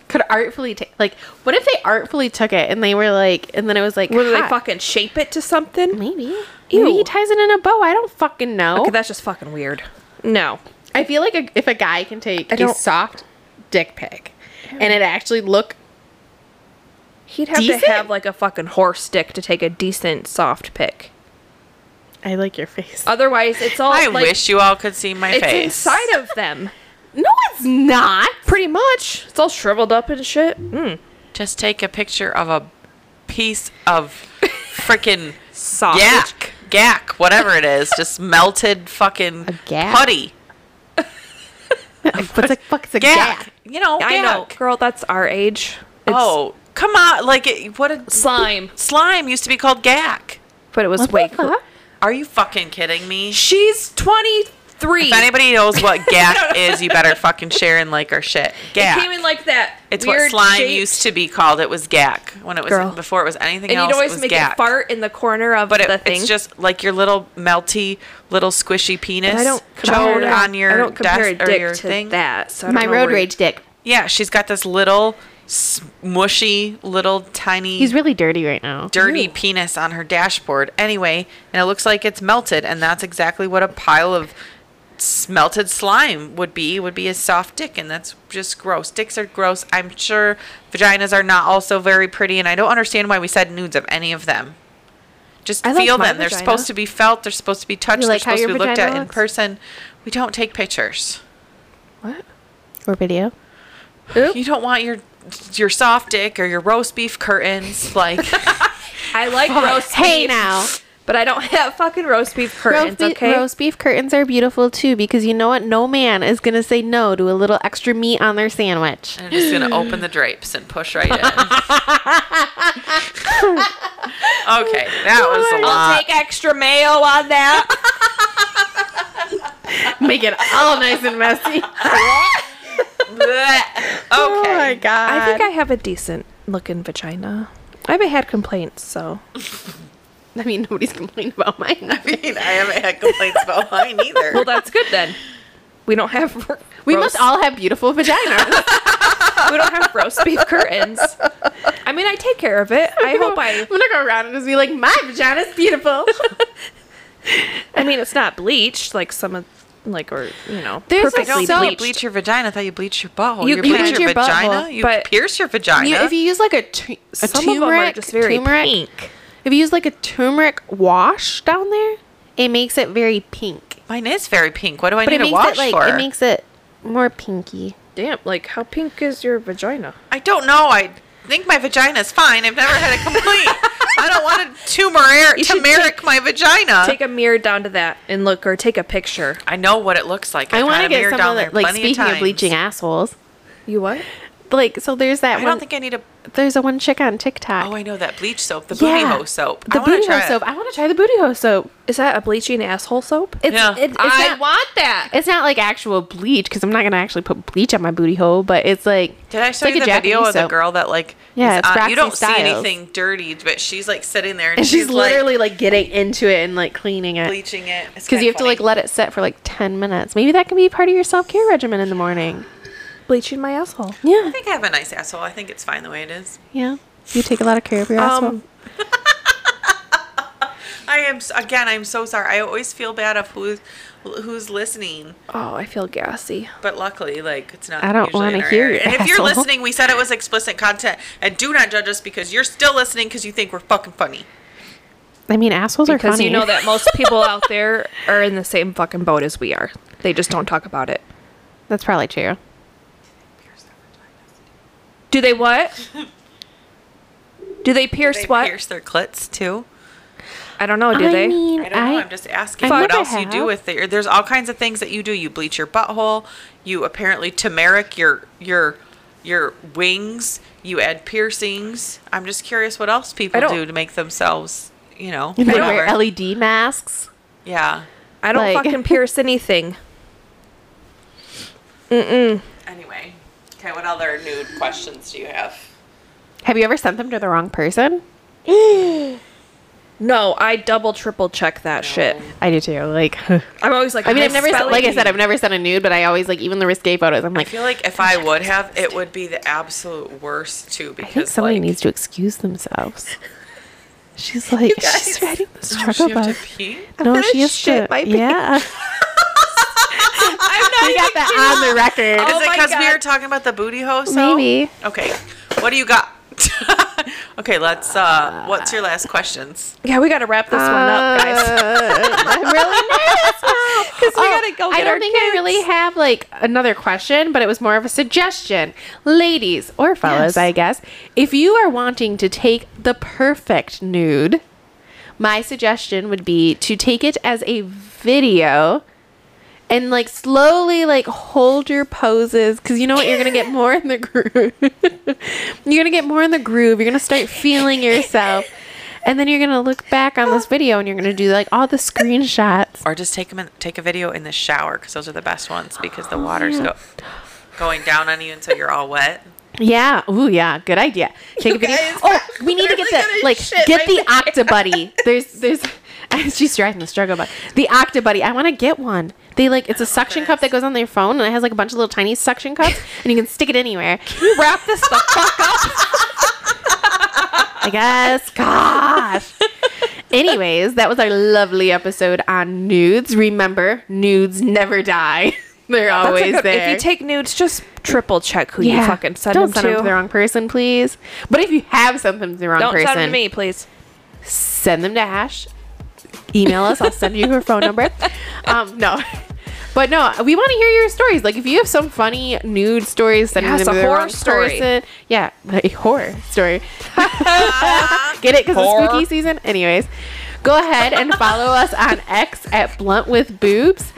Speaker 3: could artfully take like what if they artfully took it and they were like and then it was like
Speaker 2: What do they
Speaker 3: hot?
Speaker 2: fucking shape it to something?
Speaker 3: maybe maybe he
Speaker 2: Ew.
Speaker 3: ties it in a bow. I don't fucking know.
Speaker 2: Okay, that's just fucking weird. No.
Speaker 3: I feel like a, if a guy can take
Speaker 2: I
Speaker 3: a
Speaker 2: don't-
Speaker 3: soft dick pic and it actually look
Speaker 2: He'd have
Speaker 3: Decent?
Speaker 2: to have like a fucking horse stick to take a decent soft pick.
Speaker 3: I like your face.
Speaker 2: Otherwise, it's all
Speaker 1: I
Speaker 2: like,
Speaker 1: wish you all could see my
Speaker 2: it's
Speaker 1: face.
Speaker 2: inside of them.
Speaker 3: no, it's not.
Speaker 2: Pretty much. It's all shriveled up and shit. Mm.
Speaker 1: Just take a picture of a piece of freaking
Speaker 2: Soft.
Speaker 1: yak, gack, whatever it is, just melted fucking
Speaker 3: A gack?
Speaker 1: putty.
Speaker 3: What's like fuck it's
Speaker 1: Gack.
Speaker 3: a gap.
Speaker 1: You know,
Speaker 2: I know,
Speaker 1: gack.
Speaker 2: girl. That's our age. It's
Speaker 1: Oh, come on. Like, it, what a
Speaker 2: slime,
Speaker 1: slime used to be called gack.
Speaker 2: but it was way cool.
Speaker 1: Are you fucking kidding me?
Speaker 2: She's twenty three.
Speaker 1: If anybody knows what gack is, you better fucking share and like our shit. Gack.
Speaker 2: It came in like that.
Speaker 1: it's
Speaker 2: weird
Speaker 1: what slime
Speaker 2: shape,
Speaker 1: used to be called. It was gack when it was
Speaker 2: Girl.
Speaker 1: before it was anything
Speaker 2: and
Speaker 1: else.
Speaker 2: you'd
Speaker 1: it
Speaker 2: always
Speaker 1: was
Speaker 2: make
Speaker 1: gack.
Speaker 2: it fart in the corner of
Speaker 1: But it,
Speaker 2: the thing.
Speaker 1: it's just like your little melty, little squishy penis.
Speaker 2: But I don't compare
Speaker 1: chode on your
Speaker 2: I don't compare
Speaker 1: desk
Speaker 2: a
Speaker 1: or
Speaker 2: dick
Speaker 1: your
Speaker 2: to
Speaker 1: thing.
Speaker 2: that. So I don't
Speaker 3: My
Speaker 2: know
Speaker 3: road
Speaker 2: where-
Speaker 3: rage dick.
Speaker 1: Yeah, she's got this little mushy, little tiny,
Speaker 3: He's really dirty right now.
Speaker 1: dirty penis on her dashboard. Anyway, and it looks like it's melted, and that's exactly what a pile of melted slime would be. Would be a soft dick, and that's just gross. Dicks are gross. I'm sure vaginas are not also very pretty, and I don't understand why we said nudes of any of them. Just
Speaker 2: I like
Speaker 1: feel
Speaker 2: my
Speaker 1: them. They're
Speaker 2: vagina.
Speaker 1: supposed to be felt. They're supposed to be touched.
Speaker 3: like how
Speaker 1: they're supposed
Speaker 3: your
Speaker 1: to be looked
Speaker 3: vagina
Speaker 1: at in
Speaker 3: looks?
Speaker 1: person. We don't take pictures.
Speaker 3: What? Or video?
Speaker 2: Oop.
Speaker 1: You don't want your your soft dick or your roast beef curtains. Like
Speaker 2: I like roast
Speaker 3: Hey
Speaker 2: beef,
Speaker 3: now.
Speaker 2: but I don't have fucking roast beef curtains.
Speaker 3: Roast, be-
Speaker 2: okay,
Speaker 3: roast beef curtains are beautiful too because you know what? No man is going to say no to a little extra meat on their sandwich.
Speaker 1: I'm just gonna open the drapes and push right in. okay, that
Speaker 3: Oh
Speaker 1: was a
Speaker 2: I'll
Speaker 1: lot.
Speaker 2: take extra mayo on that.
Speaker 3: Make it all nice and messy.
Speaker 1: Blech.
Speaker 3: Oh my
Speaker 1: okay,
Speaker 3: god.
Speaker 2: I think I have a decent looking vagina. I haven't had complaints, so
Speaker 3: I mean, nobody's complaining about mine. I
Speaker 1: I mean, I haven't had complaints about mine either.
Speaker 2: well, that's good then. We don't have ro-
Speaker 3: we
Speaker 2: roast-
Speaker 3: must all have beautiful vaginas.
Speaker 2: we don't have roast beef curtains. I mean, I take care of it. I hope
Speaker 3: I'm
Speaker 2: I.
Speaker 3: gonna go around and just be like, my vagina's beautiful.
Speaker 2: I mean, it's not bleached like some of like or you know
Speaker 3: There's a
Speaker 2: perfectly
Speaker 3: soap-
Speaker 1: you
Speaker 2: bleached.
Speaker 1: don't bleach your vagina. I thought you bleach your butthole.
Speaker 2: You
Speaker 1: You, bleach
Speaker 2: bleach
Speaker 1: your,
Speaker 3: your
Speaker 1: vagina.
Speaker 3: butthole,
Speaker 1: you
Speaker 2: but
Speaker 1: pierce your vagina.
Speaker 3: You- if you use like a, tu- a
Speaker 2: some
Speaker 3: turmeric,
Speaker 2: of them are just very
Speaker 3: turmeric,
Speaker 2: pink.
Speaker 3: if you use like a turmeric wash down there, it makes it very pink.
Speaker 1: mine is very pink. What do I
Speaker 3: But
Speaker 1: need
Speaker 3: it
Speaker 1: to
Speaker 3: makes
Speaker 1: wash
Speaker 3: it like
Speaker 1: for?
Speaker 3: it makes it more pinky.
Speaker 2: Damn, like how pink is your vagina?
Speaker 1: I don't know. I think my vagina's fine. I've never had a complaint. I don't want to turmeric,
Speaker 2: You should
Speaker 1: turmeric my vagina.
Speaker 2: Take a mirror down to that and look, or take a picture.
Speaker 1: I know what it looks like.
Speaker 3: I
Speaker 1: I've
Speaker 3: want
Speaker 1: had
Speaker 3: to
Speaker 1: a
Speaker 3: get
Speaker 1: mirror
Speaker 3: someone
Speaker 1: down there
Speaker 3: that like
Speaker 1: plenty
Speaker 3: speaking of,
Speaker 1: times.
Speaker 3: bleaching assholes.
Speaker 2: You what?
Speaker 3: Like so, there's that
Speaker 1: I
Speaker 3: one.
Speaker 1: don't think I need a.
Speaker 3: there's a one chick on TikTok.
Speaker 1: Oh, I know that bleach soap, the booty
Speaker 3: Yeah.
Speaker 1: hose soap.
Speaker 3: The
Speaker 1: I
Speaker 3: booty
Speaker 1: try
Speaker 3: hose soap.
Speaker 1: It.
Speaker 3: I want to try the booty hose soap.
Speaker 2: Is that a bleaching asshole soap?
Speaker 3: It's,
Speaker 1: Yeah.
Speaker 3: it- it's
Speaker 2: I
Speaker 3: not,
Speaker 2: want that.
Speaker 3: It's not like actual bleach because I'm not gonna actually put bleach on my booty hole, but it's like
Speaker 1: Did I
Speaker 3: it's
Speaker 1: show
Speaker 3: like
Speaker 1: you
Speaker 3: a
Speaker 1: the video
Speaker 3: Japanese
Speaker 1: of the
Speaker 3: soap.
Speaker 1: girl that like?
Speaker 3: Yeah,
Speaker 1: is
Speaker 3: it's
Speaker 1: on- You
Speaker 3: Roxy
Speaker 1: don't see
Speaker 3: Styles.
Speaker 1: anything dirty, but she's like sitting there and,
Speaker 3: and she's,
Speaker 1: like,
Speaker 3: literally like getting into it and like cleaning it
Speaker 1: bleaching it
Speaker 3: because you have to like let it sit for like 10 minutes. Maybe that can be part of your self care regimen in the morning.
Speaker 2: Bleaching my asshole.
Speaker 1: I
Speaker 3: Yeah,
Speaker 1: think I have a nice asshole. I think it's fine the way it is.
Speaker 3: yeah. You take a lot of care of your asshole.
Speaker 2: Um,
Speaker 1: I am s- again. I'm so sorry. I always feel bad of who's who's listening,
Speaker 2: oh, I feel gassy.
Speaker 1: but luckily, like it's not.
Speaker 3: I don't
Speaker 1: usually in
Speaker 3: wanna
Speaker 1: our
Speaker 3: hear
Speaker 1: area.
Speaker 3: your
Speaker 1: And if you're
Speaker 3: asshole.
Speaker 1: listening, we said it was explicit content, and do not judge us because you're still listening because you think we're fucking funny.
Speaker 3: I mean, assholes are
Speaker 2: Because
Speaker 3: funny.
Speaker 2: you know that most people out there are in the same fucking boat as we are. They just don't talk about it.
Speaker 3: that's probably true.
Speaker 2: Do they what? Do they pierce
Speaker 1: They
Speaker 2: what?
Speaker 1: pierce their clits too.
Speaker 2: I don't know. Oh, Do
Speaker 3: I
Speaker 2: they?
Speaker 3: mean,
Speaker 1: I don't know.
Speaker 3: I-
Speaker 1: I'm just asking
Speaker 3: I
Speaker 1: what
Speaker 3: never
Speaker 1: else you do
Speaker 3: have.
Speaker 1: with it. There's all kinds of things that you do. You bleach your butthole. You apparently turmeric your your your wings, you add piercings. I'm just curious what else people
Speaker 2: don't-
Speaker 1: do to make themselves, you know,
Speaker 3: You know,
Speaker 1: whatever.
Speaker 3: wear LED masks.
Speaker 1: yeah.
Speaker 2: I don't
Speaker 3: Like-
Speaker 2: fucking pierce anything.
Speaker 1: Anyway, okay, what other nude questions do you have?
Speaker 3: Have you ever sent them to the wrong person?
Speaker 2: No, I double triple check that shit.
Speaker 3: I do too. Like,
Speaker 2: I'm always like,
Speaker 3: I mean,
Speaker 2: my
Speaker 3: I've never, sent,
Speaker 2: spelling
Speaker 3: like I
Speaker 2: bee.
Speaker 3: said, I've never sent a nude, but I always like even the risque photos. I'm
Speaker 1: I
Speaker 3: like,
Speaker 1: feel like if I would have, it would be the absolute worst too.
Speaker 3: I
Speaker 1: Because
Speaker 3: think somebody
Speaker 1: like,
Speaker 3: needs to excuse themselves. She's like, she's
Speaker 2: guys.
Speaker 3: writing the
Speaker 1: Oh, she
Speaker 3: struggle
Speaker 1: have to
Speaker 3: bug.
Speaker 1: pee?
Speaker 3: No,
Speaker 2: gonna
Speaker 3: she has
Speaker 2: shit
Speaker 3: to.
Speaker 2: my pants.
Speaker 3: yeah,
Speaker 1: I'm not
Speaker 3: we got
Speaker 1: even
Speaker 3: that on the record.
Speaker 1: kidding.
Speaker 2: Oh
Speaker 1: Is it
Speaker 2: my
Speaker 1: because we
Speaker 2: God.
Speaker 1: were talking about the booty hole? So?
Speaker 3: Maybe.
Speaker 1: Okay. What do you got? okay, let's. uh What's your last questions?
Speaker 2: Yeah, we gotta wrap this one up, guys. Oh,
Speaker 3: I'm really nervous now because
Speaker 2: Uh, we gotta go
Speaker 3: Oh, I
Speaker 2: get
Speaker 3: don't
Speaker 2: our
Speaker 3: think I really have like another question, but it was more of a suggestion, ladies or fellas,
Speaker 2: Yes.
Speaker 3: I guess. If you are wanting to take the perfect nude, my suggestion would be to take it as a video. And like slowly, like hold your poses, because you know what you're gonna get more in the groove. you're gonna get more in the groove. You're gonna start feeling yourself, and then you're gonna look back on this video and you're gonna do like all the screenshots.
Speaker 1: Or just take 'em in, take a video in the shower because those are the best ones because the water's go, going down on you until you're all wet.
Speaker 3: Yeah. Ooh, yeah. Good idea. Take a video.
Speaker 2: guys,
Speaker 3: Oh, we need to get
Speaker 2: literally
Speaker 3: the
Speaker 2: gonna
Speaker 3: like
Speaker 2: shit
Speaker 3: get the
Speaker 2: my
Speaker 3: octobuddy. There's there's she's driving the struggle bug. The octobuddy. I want to get one. They like it's a suction cup that goes on their phone and it has like a bunch of little tiny suction cups and you can stick it anywhere.
Speaker 2: wrap this the fuck up.
Speaker 3: I guess. Gosh. Anyways, that was our lovely episode on nudes. Remember, nudes never die. They're
Speaker 2: That's a
Speaker 3: always
Speaker 2: good,
Speaker 3: there.
Speaker 2: if you take nudes, just triple check who you fucking send
Speaker 3: don't
Speaker 2: them
Speaker 3: send
Speaker 2: to.
Speaker 3: them to the wrong person, please. But if you have sent them to the wrong
Speaker 2: don't
Speaker 3: person,
Speaker 2: send them to me, please.
Speaker 3: send them to Ash. Email us. I'll send you her phone number. Um, no. But no, we want to hear your stories. Like if you have some funny nude stories, send
Speaker 2: Yes,
Speaker 3: them to
Speaker 2: a
Speaker 3: the
Speaker 2: horror
Speaker 3: wrong
Speaker 2: story.
Speaker 3: person. Yeah, a horror story. Get it? Because it's
Speaker 1: Horror.
Speaker 3: spooky season. Anyways, go ahead and follow us on X at Blunt with Boobs.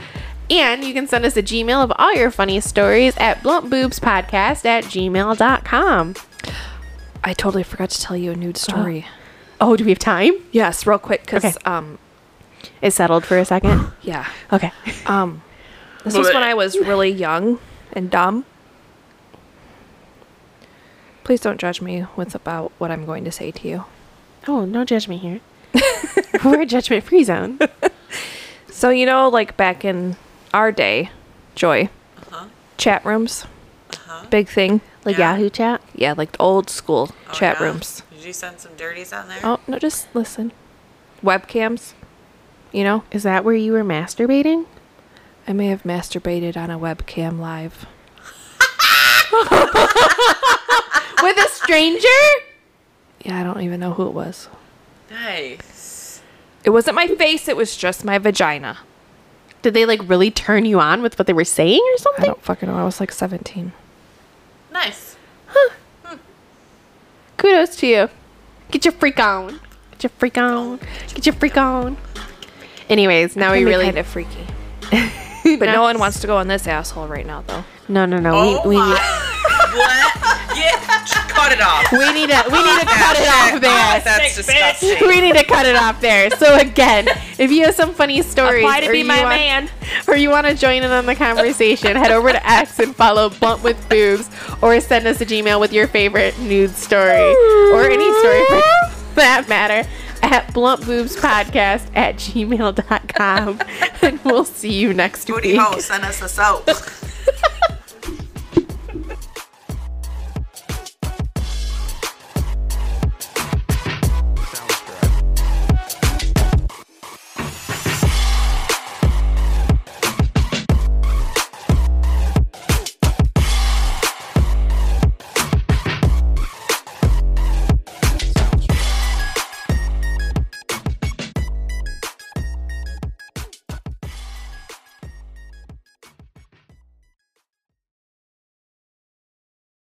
Speaker 3: And you can send us a Gmail of all your funny stories at bluntboobspodcast at gmail.com.
Speaker 2: I totally forgot to tell you a nude story.
Speaker 3: Oh, do we have time?
Speaker 2: Yes, real quick, because
Speaker 3: Okay.
Speaker 2: um,
Speaker 3: It settled for a second.
Speaker 2: yeah,
Speaker 3: Okay.
Speaker 2: um, this was when I was really young and dumb. Please don't judge me with about what I'm going to say to you.
Speaker 3: Oh, no judgment here. We're a judgment free zone.
Speaker 2: So you know, like back in our day, Joy,
Speaker 3: Uh-huh.
Speaker 2: chat rooms, big thing.
Speaker 3: Like
Speaker 1: Yeah.
Speaker 3: Yahoo chat.
Speaker 2: Yeah, like the old school
Speaker 1: Oh,
Speaker 2: chat
Speaker 1: yeah?
Speaker 2: rooms.
Speaker 1: Did you send some dirties on there?
Speaker 2: Oh no, just listen. Webcams. You know,
Speaker 3: Is that where you were masturbating?
Speaker 2: I may have masturbated on a webcam live.
Speaker 3: With a stranger?
Speaker 2: Yeah, I don't even know who it was.
Speaker 1: Nice.
Speaker 2: It wasn't my face, it was just my vagina.
Speaker 3: Did they like really turn you on with what they were saying or
Speaker 2: I
Speaker 3: something?
Speaker 2: don't fucking know. I was like 17.
Speaker 1: Nice.
Speaker 3: Kudos to you. Get your freak on. Get your freak on. Get your freak on. Anyways, now we
Speaker 2: Can be
Speaker 3: really
Speaker 2: kind of freaky. But no one wants to go on this asshole right now, though.
Speaker 3: No, no, no.
Speaker 1: Oh
Speaker 3: we, we
Speaker 1: my.
Speaker 3: need
Speaker 1: what? Get cut it off.
Speaker 3: we need to we need to cut it off there.
Speaker 1: That's disgusting.
Speaker 3: we need to cut it off there. So again, if you have some funny stories,
Speaker 2: Apply to
Speaker 3: or
Speaker 2: be
Speaker 3: you
Speaker 2: my
Speaker 3: want-
Speaker 2: man.
Speaker 3: or you want to join in on the conversation, head over to X and follow Blunt with Boobs, or send us a Gmail with your favorite nude story or any story for that matter at bluntboobspodcast at gmail.com. and we'll see you next
Speaker 1: Booty
Speaker 3: week.
Speaker 1: hole, send us a soap.